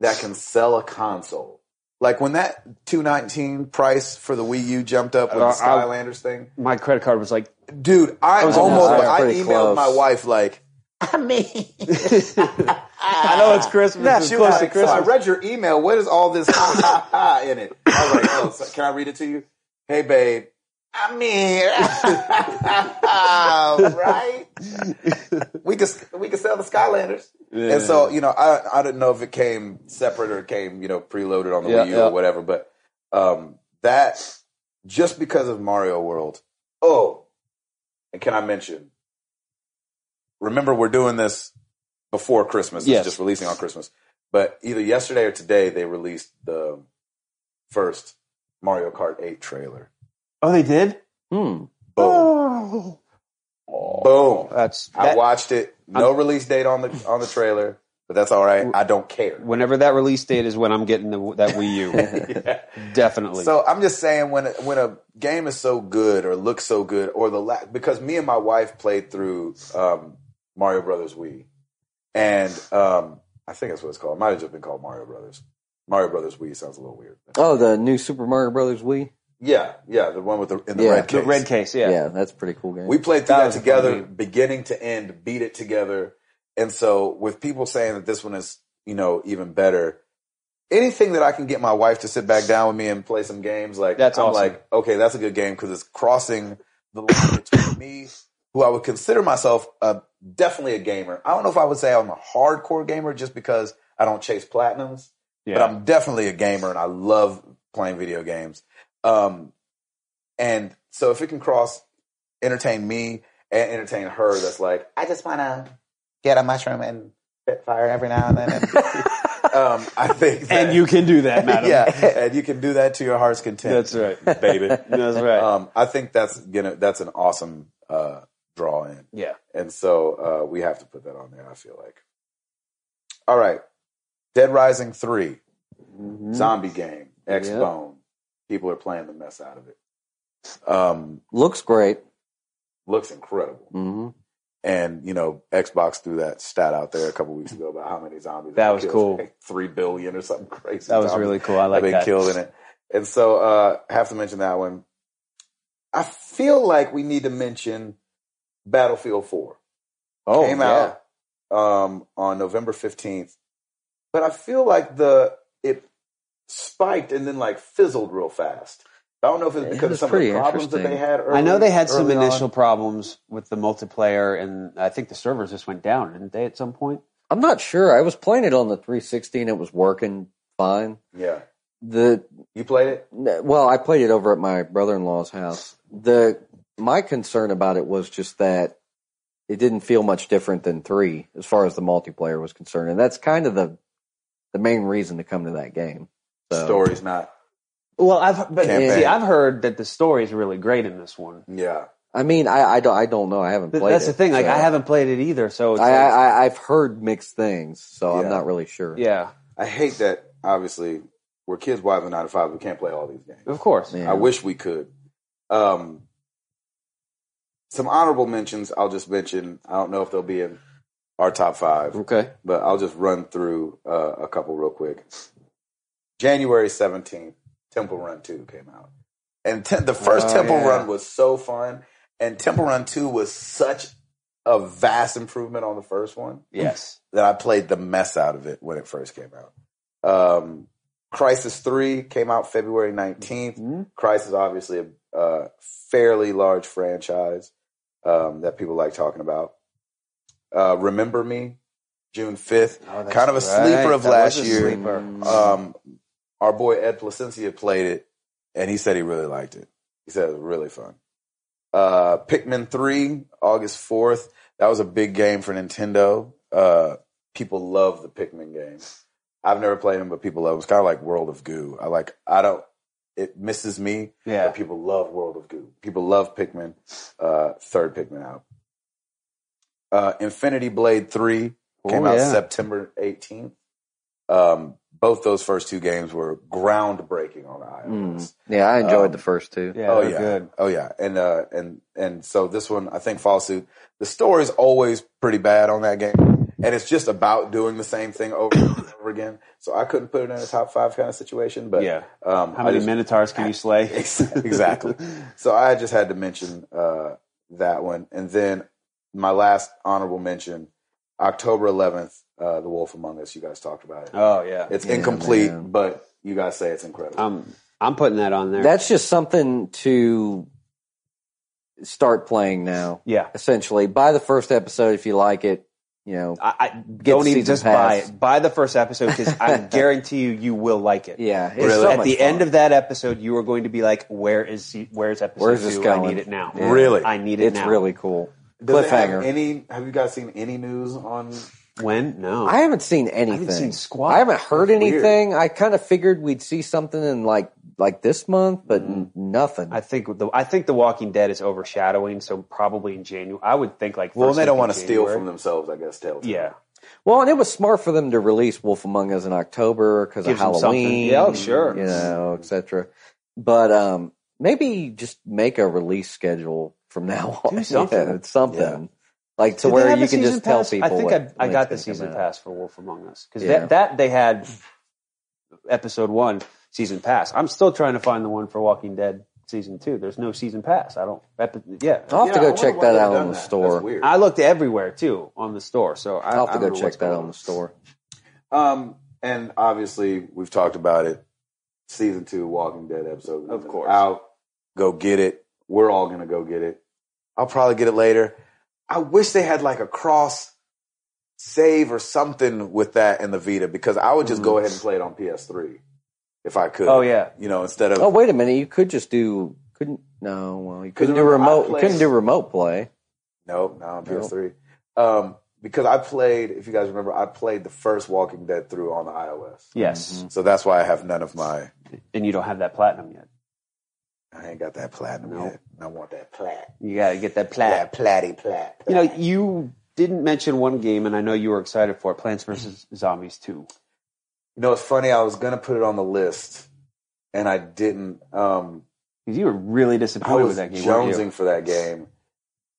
A: that can sell a console, like when that 219 price for the Wii U jumped up with
B: Uh,
A: the
B: I-
A: Skylanders thing,
B: My credit card was like
A: dude, I
B: was
A: almost,
C: almost-
A: I
C: pretty
A: emailed
C: close.
A: my wife like,
B: I know it's Christmas.
A: Nah,
B: it's
A: she
B: close
A: was
B: to
A: like, so I
B: Christmas.
A: read your email. What is all this ha ha ha in it? I was like, oh, so can I read it to you? Hey, babe. I mean, right? We could we could sell the Skylanders. And so you know, I I didn't know if it came separate or it came you know preloaded on the
B: Yeah,
A: Wii U
B: yeah.
A: or whatever, but um, that just because of Mario World. Oh, and can I mention? Remember, we're doing this before Christmas.
B: Yes.
A: It's just releasing on Christmas. But either yesterday or today, they released the first Mario Kart 8 trailer.
B: Oh, they did.
C: Hmm.
A: Boom. Boom.
B: That's
A: I
B: that-
A: watched it. No release date on the on the trailer, but that's all right. I don't care.
B: whenever that release date is when I'm getting the, that Wii U.
A: Yeah.
B: Definitely.
A: So I'm just saying when when a game is so good or looks so good or the la- because me and my wife played through um, Mario Brothers Wii, and um, I think that's what it's called. It might have just been called Mario Brothers. Mario Brothers Wii sounds a little weird.
C: Oh, the new Super Mario Brothers Wii.
A: Yeah, yeah, the one with the in the
C: Yeah.
A: red
B: the
A: case.
B: red case, yeah.
C: Yeah. that's a pretty cool game.
A: We played through
B: That
A: that,
B: was a fun
A: together,
B: game.
A: beginning to end, beat it together. And so, with people saying that this one is, you know, even better, anything that I can get my wife to sit back down with me and play some games, like
B: That's
A: I'm
B: awesome.
A: like, okay, that's a good game because it's crossing the line between me, who I would consider myself a, definitely a gamer. I don't know if I would say I'm a hardcore gamer just because I don't chase platinums,
B: yeah.
A: but I'm definitely a gamer and I love playing video games. Um, And so if it can cross entertain me and entertain her, that's like I just want to get a mushroom and spit fire every now and then. And, um, I think, that,
B: And you can do that, madam.
A: yeah, and you can do that to your heart's content.
B: That's right.
A: baby.
B: That's right.
A: Um, I think that's gonna that's an awesome uh, draw in,
B: yeah.
A: and so uh, we have to put that on there. I feel like. All right, Dead Rising 3 zombie game, X
B: Mm-hmm. Yep.
A: Bone. People are playing the mess out of it. Um,
C: Looks great.
A: looks incredible,
B: Mm-hmm.
C: hmm
A: and you know Xbox threw that stat out there a couple weeks ago about how many zombies
B: That
A: they
B: was
A: killed.
B: cool.
A: Like Three billion or something crazy.
B: That was
A: zombies
B: really cool. I like
A: have been
B: that.
A: killed in it. And so uh I have to mention that one. I feel like we need to mention Battlefield 4.
C: Oh,
A: Came
C: yeah.
A: out um on November 15th. But I feel like the it spiked and then like fizzled real fast. I don't know if it's
C: It
A: because of
C: was
A: some of the
C: pretty
A: problems that they
C: interesting.
A: had early.
B: I know they had some
A: early on.
B: initial problems with the multiplayer, and I think the servers just went down, didn't they, at some point?
C: I'm not sure. I was playing it on the 360 and it was working fine.
A: Yeah.
C: The
A: You played it?
C: well, I played it over at my brother-in-law's house. The my concern about it was just that it didn't feel much different than 3 as far as the multiplayer was concerned. And that's kind of the the main reason to come to that game. So,
A: Story's not.
B: Well, I've but
A: Campaign.
B: see, I've heard that the story is really great in this one.
A: Yeah.
C: I mean, I, I don't I don't know. I haven't
B: Th-
C: played
B: that's
C: it,
B: the thing. Like,
C: so-
B: I haven't played it either, so it's
C: I,
B: like,
C: I, I- I've heard mixed things, so
A: Yeah.
C: I'm not really sure.
B: yeah,
A: I hate that obviously we're kids, wives, and nine to five. We can't play all these games.
B: of course.
C: Yeah.
A: I wish we could. Um, some honorable mentions. I'll just mention. I don't know if they'll be in our top five,
B: Okay.
A: but I'll just run through uh, a couple real quick. January seventeenth, Temple Run Two came out, and te- the first
B: Oh,
A: Temple
B: yeah.
A: Run was so fun, and Temple Run Two was such a vast improvement on the first one
B: Yes.
A: that I played the mess out of it when it first came out. Um, Crisis 3 came out February 19th.
B: Mhm.
A: Crisis, obviously, a uh, fairly large franchise um, that people like talking about. Uh, Remember Me, June 5th.
B: Oh, that's
A: Kind of a sleeper of
B: That
A: last
B: was a
A: year.
B: Sleeper.
A: Um, our boy Ed Placencia played it, and he said he really liked it. He said it was really fun. Uh, Pikmin 3, August 4th. That was a big game for Nintendo. Uh, people love the Pikmin games. I've never played them, but people love them. It's kind of like World of Goo. I like, I don't, it misses me,
B: Yeah.
A: but people love World of Goo. People love Pikmin, uh, third Pikmin out. Uh, Infinity Blade 3 came
B: Oh,
A: out
B: yeah.
A: September 18th. Um, both those first two games were groundbreaking on iOS.
C: Mm. Yeah, I enjoyed
A: Um,
C: the first two.
B: Yeah.
A: Oh
B: they're
A: yeah.
B: Good.
A: Oh yeah. And uh and and so this one I think falls suit. The story's always pretty bad on that game. And it's just about doing the same thing over and over again. So I couldn't put it in a top five kind of situation. But
B: Yeah.
A: um
B: How
A: I
B: many
A: just-
B: minotaurs can you slay?
A: exactly. So I just had to mention uh, that one, and then my last honorable mention, October 11th, uh, The Wolf Among Us. You guys talked about it.
B: Oh yeah.
A: it's
C: Yeah,
A: incomplete,
C: man.
A: but you guys say it's incredible.
B: I'm I'm putting that on there.
C: That's just something to start playing now.
B: yeah.
C: Essentially, buy the first episode if you like it. You know,
B: I, I don't
C: the
B: even
C: season
B: just buy
C: pass.
B: it. Buy the first episode because I guarantee you, you will like it.
C: yeah. It's
B: It's-
C: so
B: At
C: much
B: the
C: fun.
B: end of that episode, you are going to be like, "Where is se- where's episode
C: Where's this
B: two? I
C: going?
B: need it now.
C: Yeah.
A: Really?
B: I need it
C: it's
B: now.
C: really cool.
A: Does it have
C: Cliffhanger.
A: any? Have you guys seen any news on?
B: when? No,
C: I haven't seen anything.
B: seen squat.
C: I haven't heard
A: That's weird.
C: anything. I kind of figured we'd see something in like like this month, but n- nothing.
B: Mm-hmm. I think the I think the Walking Dead is overshadowing, so probably in January. I would think like
A: Well,
B: first
A: they
B: week
A: don't
B: of
A: want to steal
B: January.
A: from themselves, I guess. Telltale.
B: Yeah,
C: Well, and it was smart for them to release Wolf Among Us in October because of
B: Gives them something.
C: Halloween.
B: Yeah, oh, sure.
C: You know, etc. But um, maybe just make a release schedule from now on.
B: Do something.
C: Yeah, it's something.
A: Yeah.
C: Like to
B: Did they
C: where
B: have
C: you
B: a
C: can
B: season
C: just tell
B: pass?
C: people.
B: I think
C: what-
B: I, I
C: when
B: got the
C: it's gonna come
B: season
C: out.
B: pass for Wolf Among Us because
C: Yeah.
B: that that they had episode one season pass. I'm still trying to find the one for Walking Dead season two. There's no season pass. I don't. epi- Yeah,
C: I'll have
A: Yeah,
C: to
A: I
C: go
A: wonder
C: check
A: why
C: that
A: they've
C: out
A: done
C: on the
A: that. That's
C: store.
A: weird.
B: I looked everywhere too on the store. So I,
C: I'll
B: I
C: have to
B: don't
C: go
B: know what's
C: check that
B: going
C: out on the store.
A: Um, and obviously we've talked about it. Season two, Walking Dead episode,
B: Of course.
A: Out, go get it. We're all gonna go get it. I'll probably get it later. I wish they had like a cross save or something with that in the Vita because I would just go ahead and play it on PS3 if I could.
B: Mm. Oh, yeah.
A: you know instead of
C: Oh wait a minute! You could just do Couldn't no. Well, you
A: 'Cause
C: couldn't do
A: remember, I
C: remote. You
A: played-
C: couldn't do remote play.
A: No, no, on PS3. Um, because I played, if you guys remember, I played the first Walking Dead through on the iOS.
B: Yes,
C: Mm-hmm.
A: So that's why I have none of my.
B: and you don't have that platinum yet.
A: I ain't got that platinum yet. And I want that plat.
B: You got to get that plat.
A: That platty plat.
B: You know, you didn't mention one game, and I know you were excited for it, Plants vs. Zombies 2.
A: You know, it's funny. I was gonna put it on the list, and I didn't. Um,
B: Because you were really
A: I
B: disappointed with
A: was
B: that game. weren't
A: jonesing for that game.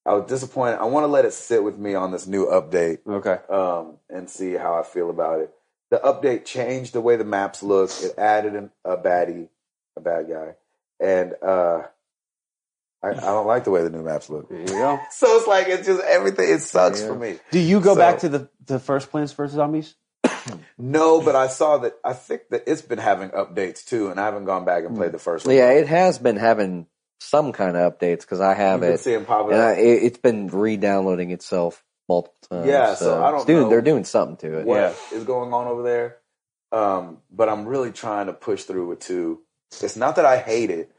A: I was disappointed. I want to let it sit with me on this new update.
B: you? Okay.
A: um, and see how I feel about it. The update changed the way the maps look. It added an, a baddie, a bad guy, and uh, I, I don't like the way the new maps look.
B: There you go.
A: So it's like it's just everything. It sucks for me.
B: Do you go
A: So-
B: back to the, the first Plants vs. Zombies?
A: No, but I saw that. I think that it's been having updates too, and I haven't gone back and
B: Hmm.
A: played the first one.
C: Yeah, it has been having some kind of updates because I have
A: I've been
C: it,
A: seeing pop
C: and I,
A: up.
C: it, it's been re-downloading itself multiple times.
A: Yeah, so I don't
C: it's doing,
A: know
C: They're doing something to it.
A: What is going on over there. Um, but I'm really trying to push through with two. It's not that I hate it.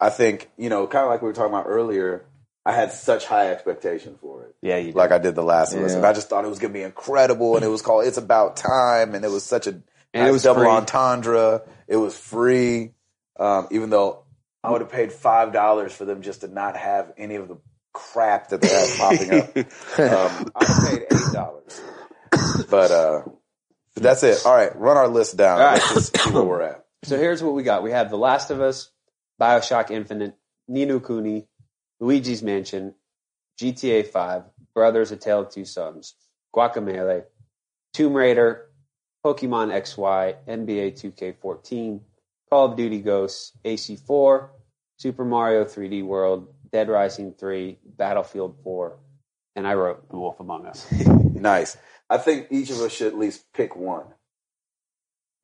A: I think, you know, kind of like we were talking about earlier, I had such high expectations for it.
B: Yeah, you did.
A: Like I did the last one.
C: Yeah.
A: And I just thought it was going to be incredible. And it was called It's About Time. And it was such a
B: And it was
A: double
B: free.
A: entendre. It was free. Um, even though I would have paid $5 for them just to not have any of the crap that they have popping up. Um, I would've paid $8. But, uh, but that's it. All right, run our list down.
B: All right.
A: Let's just see where we're at.
B: So here's what we got. We have The Last of Us, Bioshock Infinite, Nino Kuni, Luigi's Mansion, GTA 5, Brothers, A Tale of Two Sons, Guacamele, Tomb Raider, Pokemon XY, NBA 2K14, Call of Duty Ghosts, AC4, Super Mario 3D World, Dead Rising 3, Battlefield 4, and I wrote The Wolf Among Us.
A: Nice. I think each of us should at least pick one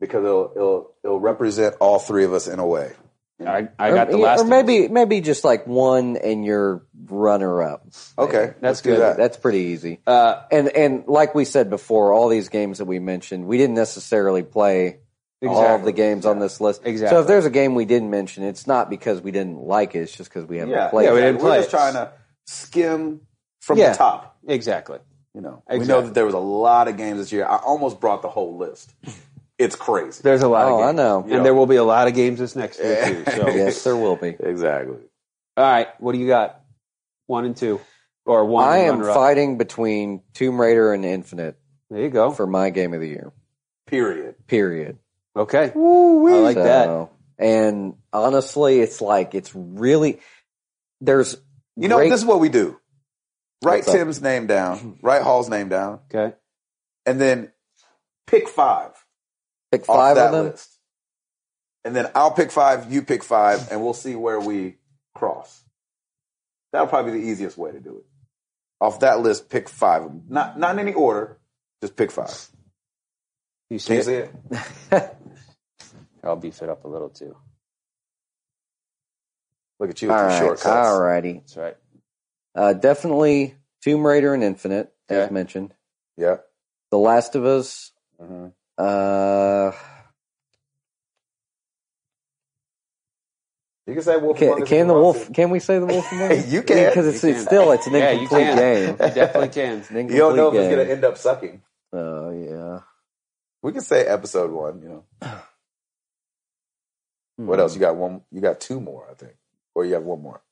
A: because it'll it'll it'll represent all three of us in a way.
B: I, I got
C: or,
B: The Last
C: or
B: of Us.
C: maybe maybe just like one and your runner-up.
A: Okay,
B: That's
A: let's do
B: good.
A: that.
C: That's pretty easy.
B: Uh,
C: And and like we said before, all these games that we mentioned, we didn't necessarily play all of
B: Exactly.
C: the games on this list. So
B: Exactly.
C: if there's a game we didn't mention, it's not because we didn't like it; it's just because we haven't
A: yeah,
C: played.
B: yeah, we
C: it.
A: we
B: didn't
A: are
B: play
A: just
B: it.
A: trying to skim from
C: Yeah.
A: the top.
B: exactly.
A: You know, we know
B: Exactly.
A: that there was a lot of games this year. I almost brought the whole list. It's crazy.
B: There's a lot
C: Oh,
B: of games.
C: I know.
B: And there will be a lot of games this next year, too. So.
C: yes, there will be.
A: Exactly.
B: All right, what do you got? One and two, or one.
C: I
B: and
C: am
B: runner-up.
C: fighting between Tomb Raider and Infinite
B: There you go.
C: for my game of the year.
A: Period.
C: Period.
B: Okay, I like that.
C: that. And honestly, it's like it's really there's
A: You know,
C: great-
A: this is what we do. Write
C: What's up?
A: Tim's name down. Write Hall's name down.
B: Okay,
A: and then pick five
C: pick
A: off
C: five
A: that
C: of them.
A: list. And then I'll pick five, you pick five, and we'll see where we cross. That'll probably be the easiest way to do it. Off that list, pick five. of them. Not not in any order, just pick five.
B: you see
A: Can you
B: it?
A: see it?
B: I'll beef it up a little too.
A: Look at you with
C: All
A: your
C: right,
A: shortcuts.
C: all righty.
B: That's right.
C: Uh, definitely Tomb Raider and Infinite, as
B: Okay.
C: mentioned.
A: Yeah.
C: The Last of Us.
B: Mm-hmm.
A: Mhm.
C: Uh,
A: You can say Wolf Among
C: can
A: Us
C: can
A: if
C: the
A: you want
C: wolf?
A: to.
C: Can we say the wolf? Among Us?
A: You can.
C: because it's,
B: You
C: it's
B: can.
C: still it's an
B: Yeah, you
C: incomplete
B: can.
C: game.
B: You definitely can.
C: It's an incomplete
A: You don't know if it's
C: game.
A: going to end up sucking.
C: Oh yeah.
A: We can say episode one, you know. What
C: Hmm.
A: else? You got one you got two more, I think. Or you have one more.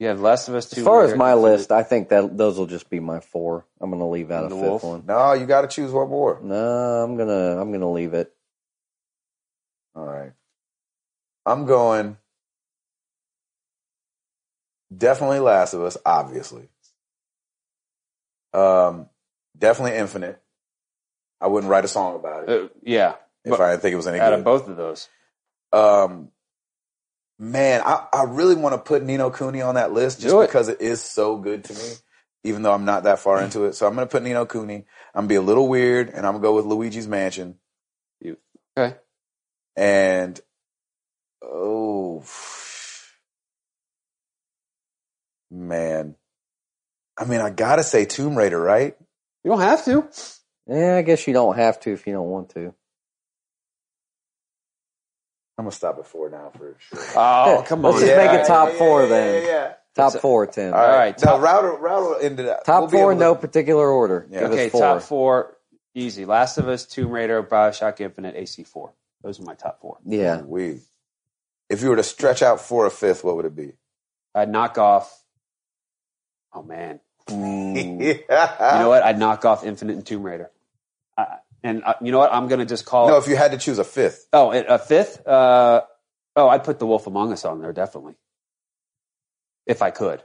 B: You have Last of Us two.
C: As far as
B: Raider,
C: my
B: Infinite.
C: list, I think that those will just be my four. I'm gonna leave out a
B: The
C: fifth
B: Wolf?
C: one.
A: No, you gotta choose one more.
C: No, I'm gonna I'm gonna leave it.
A: All right. I'm going definitely Last of Us, obviously. Um, definitely Infinite. I wouldn't write a song about it
B: Uh, yeah,
A: if
B: but-
A: I didn't think it was any
B: out of
A: good.
B: both of those.
A: um, man, I, I really want to put Nino Cooney on that list just
B: Do it.
A: because it is so good to me, even though I'm not that far into it. So I'm going to put Nino Cooney. I'm going to be a little weird and I'm going to go with Luigi's Mansion.
B: You- okay.
A: And, oh, man. I mean, I got to say Tomb Raider, right?
B: You don't have to.
C: Yeah, I guess you don't have to if you don't want to.
A: I'm gonna stop at four now for sure.
B: Oh, come
C: Let's
B: on.
C: just
A: Yeah,
C: make
A: all
C: it
A: right,
C: top
A: yeah,
C: four
A: yeah,
C: then.
A: Yeah, yeah.
C: Top four, Tim.
A: All right.
B: right,
A: now
B: top-
A: router router ended up.
C: Top
A: We'll be
C: four, in
A: able to-
C: no particular order.
A: Yeah.
C: Give
B: okay,
C: us four.
B: top four. Easy. Last of Us, Tomb Raider, Bioshock Infinite, AC4. Those are my top four.
C: Yeah.
A: We. If you were to stretch out for a fifth, what would it be?
B: I'd knock off. Oh man,
C: Mm.
B: you know
A: yeah.
B: what? I'd knock off Infinite and Tomb Raider. I, and uh, you know what? I'm gonna just call.
A: No, if you had to choose a fifth,
B: oh, and a fifth. Uh, oh, I'd put The Wolf Among Us on there definitely, if I could.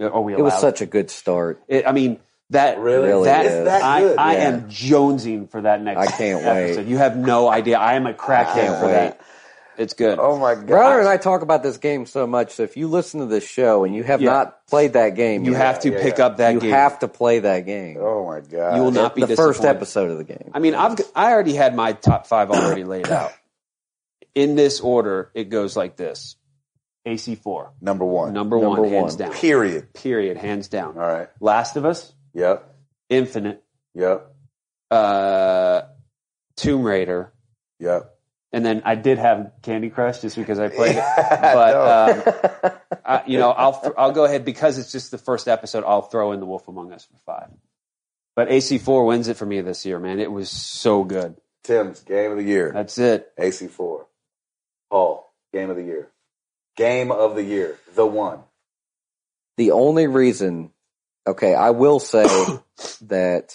B: Are we allowed?
C: It was such a good start.
B: It- I mean that
C: Really
B: that,
C: is. It's
A: that
B: I,
A: good,
B: I
C: yeah.
B: am jonesing for that next.
C: I can't wait.
B: episode. You have no idea. I am a
C: I
B: crackhead
C: can't
B: for
C: wait.
B: that. It's good.
A: oh my god,
C: Browner and I talk about this game so much. So if you listen to this show and you have
B: Yeah.
C: not played that game,
B: you
C: yet,
B: have to
A: yeah,
B: pick
A: yeah.
B: up that
C: you
B: game.
C: have to play that game.
A: oh my god,
B: You will not be
C: the first
B: disappointed.
C: episode of the game.
B: I mean, I've I already had my top five already laid out. In this order, it goes like this: AC4,
A: number one,
B: number, one,
C: Number
B: hands
C: one.
B: down.
A: period.
B: Period, hands down.
A: All right,
B: Last of Us,
A: yep,
B: Infinite,
A: yep,
B: uh, Tomb Raider,
A: yep.
B: and then I did have Candy Crush just because I played it.
A: Yeah,
B: But um, I, you know, I'll th- I'll go ahead because it's just the first episode. I'll throw in The Wolf Among Us for five. But AC4 wins it for me this year, man. It was so good.
A: Tim's game of the year,
B: That's it.
A: AC four, Paul game of the year, game of the year, the one.
C: the only reason, okay, I will say that.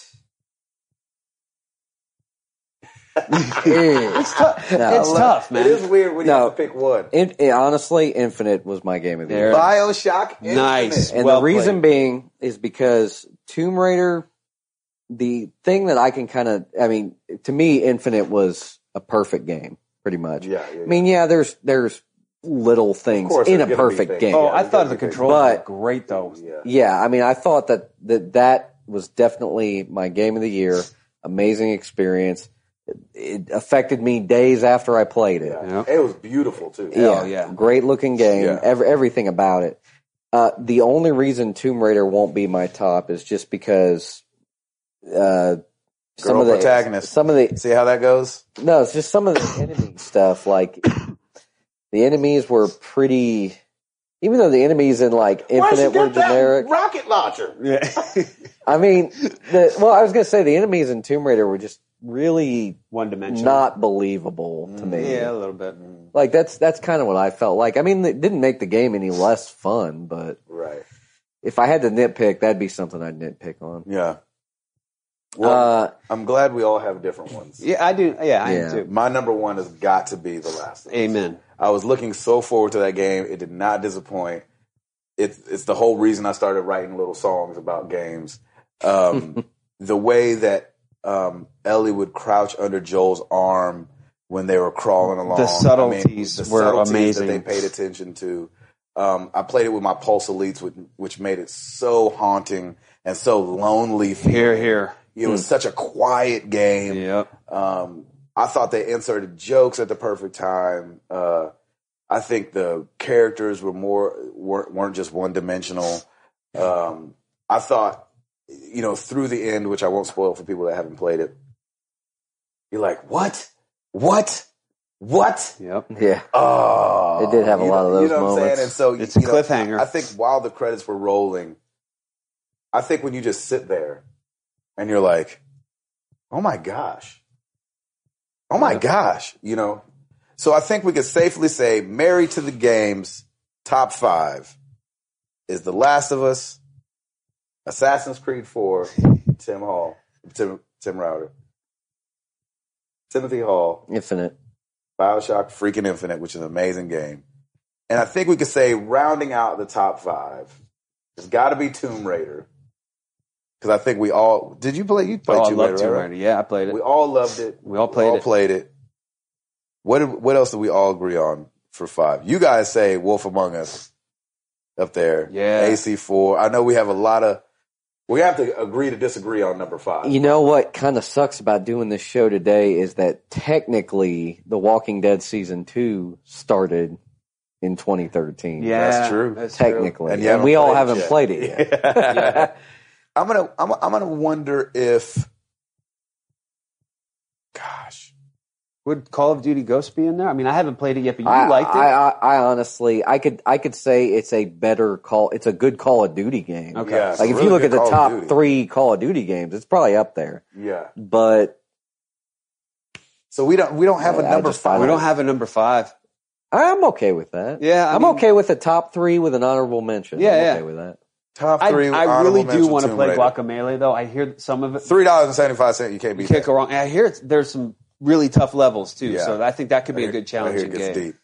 C: it's tough.
B: it's tough, man.
A: It is weird when you
C: No.
A: have to pick one.
C: honestly, Infinite was my game of the
B: There
C: year.
A: Bioshock, Infinite.
B: Nice.
C: And
B: Well
C: the reason
B: played.
C: being is because Tomb Raider, the thing that I can kind of, I mean, to me, Infinite was a perfect game, pretty much.
A: Yeah, yeah, yeah.
C: I mean, yeah, there's there's little things
A: course
C: in
A: there's
C: a
A: gonna be
C: perfect
A: things.
C: game.
B: Oh,
A: Yeah,
B: I
A: we
B: thought
A: gotta
B: the
A: be big.
B: controls
C: But-
B: were great though.
A: yeah.
C: Yeah, I mean, I thought that that that was definitely my game of the year. Amazing experience. It affected me days after I played it.
A: Yeah. It was beautiful too.
B: Hell yeah.
C: Oh, great looking game.
A: Yeah.
C: Ev- everything about it. Uh, the only reason Tomb Raider won't be my top is just because uh, some
A: Girl
C: of the
A: protagonist.
C: some of the
A: See how that goes?
C: no, it's just some of the enemy stuff. Like the enemies were pretty. Even though the enemies in like Infinite were generic,
A: rocket launcher?
C: I mean, the, well, I was going to say the enemies in Tomb Raider were just really
B: One dimensional.
C: not believable to
A: Mm,
C: me.
B: yeah, a little bit.
C: Like that's that's kind of what I felt like. I mean, it didn't make the game any less fun, but
A: Right.
C: if I had to nitpick, that'd be something I'd nitpick on.
A: Yeah. Well,
C: uh,
A: I'm glad we all have different ones.
B: Yeah, I do. Yeah, I
C: Yeah.
B: am too.
A: My number one has got to be the last. Of Us.
B: Amen.
A: I was looking so forward to that game. It did not disappoint. It's it's the whole reason I started writing little songs about games. Um, the way that um, Ellie would crouch under Joel's arm when they were crawling along. I
B: The
A: mean,
B: subtleties were amazing.
A: That they paid attention to. Um, I played it with my Pulse Elites, which, which made it so haunting and so lonely.
B: Here, here. Hmm.
A: It was such a quiet game.
B: Yep.
A: Um, I thought they inserted jokes at the perfect time. Uh, I think the characters were more weren't, weren't just one dimensional. Um, I thought, you know, through the end, which I won't spoil for people that haven't played it. You're like, what, what, what?
B: Yep.
C: yeah,
A: Oh,
C: It did have a
A: you
C: lot
A: know-
C: of
A: You
C: those
A: know what I'm
C: moments.
A: saying? And so
B: It's
A: you
B: a
A: know,
B: cliffhanger.
A: I, I think while the credits were rolling, I think when you just sit there and you're like, "Oh my gosh, oh my gosh," you know. So I think we could safely say, "Married to the Games" top five is The Last of Us, Assassin's Creed Four, Tim Hall, Tim Tim Router, Timothy Hall,
C: Infinite.
A: Bioshock Freaking Infinite, which is an amazing game. And I think we could say rounding out the top five, it's got to be Tomb Raider. Because I think we all did. You play? You played
B: Oh, I
A: Tomb,
B: love
A: Raider,
B: Tomb
A: right?
B: Raider. Yeah, I played it.
A: We all loved it.
B: We all played it.
A: played it. What? did- What else did we all agree on for five? You guys say Wolf Among Us up there.
B: Yeah.
A: AC four. I know we have a lot of. We have to agree to disagree on number five.
C: You know what kind of sucks about doing this show today is that technically, The Walking Dead season two started in 2013.
B: yeah,
A: That's true.
B: that's true.
C: technically,
A: And
C: and,
A: you haven't
C: we all
A: played it
C: haven't
A: yet.
C: played it yet.
A: I'm gonna I'm, I'm gonna wonder if gosh
B: Would Call of Duty Ghosts be in there? I mean, I haven't played it yet, but you
C: I,
B: liked it.
C: I, I, I honestly, I could, I could say it's a better call. It's a good Call of Duty game.
B: Okay.
A: Yeah, it's
C: Like
A: a
C: if
A: really
C: you look
A: good
C: at the
A: Call of
C: top
A: Duty.
C: three Call of Duty games, it's probably up there.
A: Yeah.
C: But
A: So we don't we don't have
C: Yeah,
A: a
C: I
A: number
C: just find
A: five.
B: we don't have a number five.
C: I'm okay with that.
B: Yeah, I
C: I'm
B: mean-
C: okay with the top three with an honorable mention.
B: Yeah,
C: I'm
B: yeah.
C: okay with that.
A: top
B: I,
A: three.
B: I
A: honorable
B: really do
A: mention
B: want to
A: Tomb
B: play
A: Raider.
B: Guacamelee, though. I hear some of it.
A: Three dollars and seventy five cent. You can't
B: You
A: beat
B: can't
A: that.
B: go wrong. And I hear it's, there's some really tough levels too,
A: Yeah.
B: so I think that could
A: I
B: be a
A: hear-
B: good
A: I hear
B: challenging
A: it gets
B: game.
A: deep.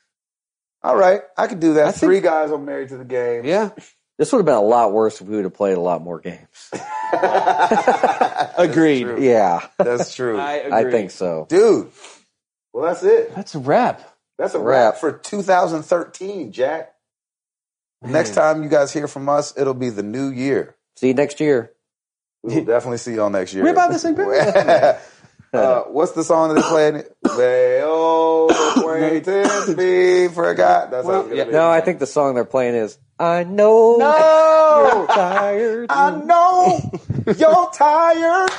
A: All right, I could do that.
B: I think-
A: Three guys are married to the game.
B: Yeah,
C: This would have been a lot worse if we would have played a lot more games.
B: agreed.
A: true.
C: Yeah,
A: That's true,
B: I agree.
C: I think so.
A: dude. Well, that's it.
B: that's a wrap.
A: That's a wrap
C: Wrap.
A: for 2013, Jack. Next time you guys hear from us, it'll be the new year.
C: See you next year.
A: We will definitely see y'all next year.
B: We about the same people?
A: uh, what's the song that they playing? they old acquaintance be forgot. That's how it's gonna
B: yeah.
A: be.
C: No, I think the song they're playing is "I Know
A: No!
C: You're Tired."
A: I know you're tired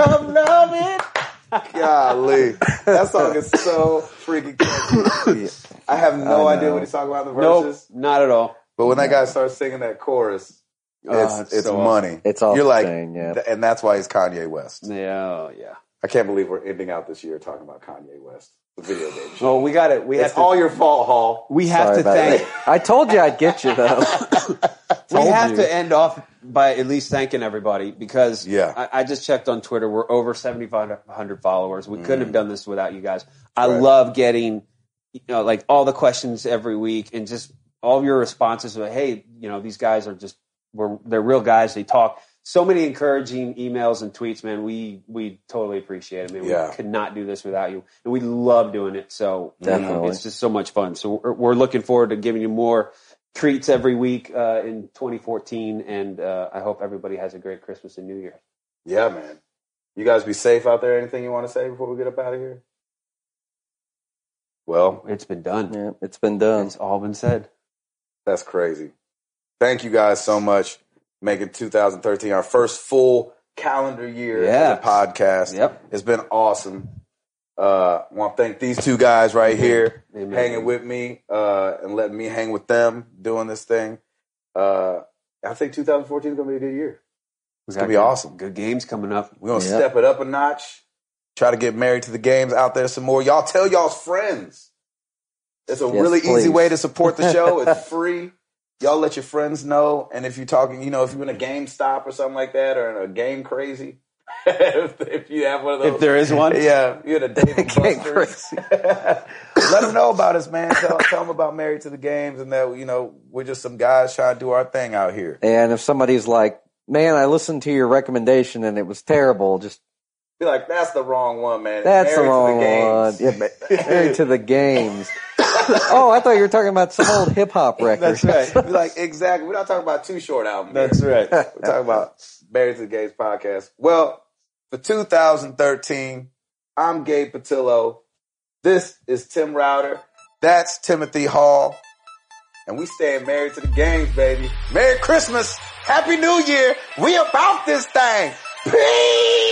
A: of loving, of loving. Golly, that song is so freaking catchy. I have no
C: I
A: idea
C: know.
A: what he's talking about in the
B: Nope,
A: verses,
B: not at all.
A: but when that guy starts singing that chorus, it's it's,
B: Oh, it's so awesome.
A: money.
C: It's all
A: You're like,
C: saying, yeah.
A: th- and that's why he's Kanye West.
B: Yeah, oh, yeah.
A: I can't believe we're ending out this year talking about Kanye West, the video game. show.
B: Oh, we got it. We have
A: It's
B: to.
A: all your fault, Hall.
B: we have
C: Sorry
B: to
C: about
B: thank.
C: that. I told you I'd get you though.
B: We
C: Told
B: have
C: you.
B: to end off by at least thanking everybody because
A: Yeah.
B: I, I just checked on Twitter. We're over 7,500 followers. We couldn't have done this without you guys. I love getting, you know, like all the questions every week and just all your responses. Like, hey, you know, these guys are just, we're, they're real guys. They talk. So many encouraging emails and tweets, man. We we totally appreciate it, man.
A: Yeah.
B: We could not do this without you, and we love doing it. So you know,
C: Definitely.
B: it's just so much fun. So we're, we're looking forward to giving you more treats every week uh, in 2014, and uh, I hope everybody has a great Christmas and New Year.
A: Yeah, man. You guys be safe out there. Anything you want to say before we get up out of here? Well,
B: It's been done.
C: Yeah, it's been done.
B: It's all been said.
A: that's crazy. Thank you guys so much. Making 2013 our first full calendar year as
B: Yeah.
A: a podcast.
B: Yep.
A: It's been awesome. Uh, want to thank these two guys right here,
B: Amen.
A: hanging with me uh, and letting me hang with them, doing this thing. Uh, I think 2014 is going to be a good year.
B: It's
A: gonna be awesome.
B: Good games coming up.
A: We're gonna
C: Yep.
A: step it up a notch. Try to get married to the games out there some more. Y'all tell y'all's friends. It's a
C: Yes,
A: really easy
C: please.
A: way to support the show. It's free. Y'all let your friends know. And if you're talking, you know, if you're in a GameStop or something like that, or in a Game Crazy, if, if you have one of those,
B: If there is one,
A: yeah, you're in a Dave and
C: Game
A: Buster's. let them know about us, man. Tell, tell them about married to the games, and that you know we're just some guys trying to do our thing out here.
C: And if somebody's like, "Man, I listened to your recommendation and it was terrible," just
A: Be like, that's the wrong one, man.
C: That's the
A: Married to
C: wrong one.
A: Games.
C: Yeah, ma- married to the games. oh, I thought you were talking about some old hip hop record.
B: that's right.
A: Be like, exactly. We're not talking about two short albums. here.
B: That's right.
A: We're talking about Married to the Gays podcast. Well, for 2013, I'm Gabe Patillo. This is Tim Router. That's Timothy Hall. And we staying married to the games, baby. Merry Christmas. Happy New Year. We about this thing. Peace.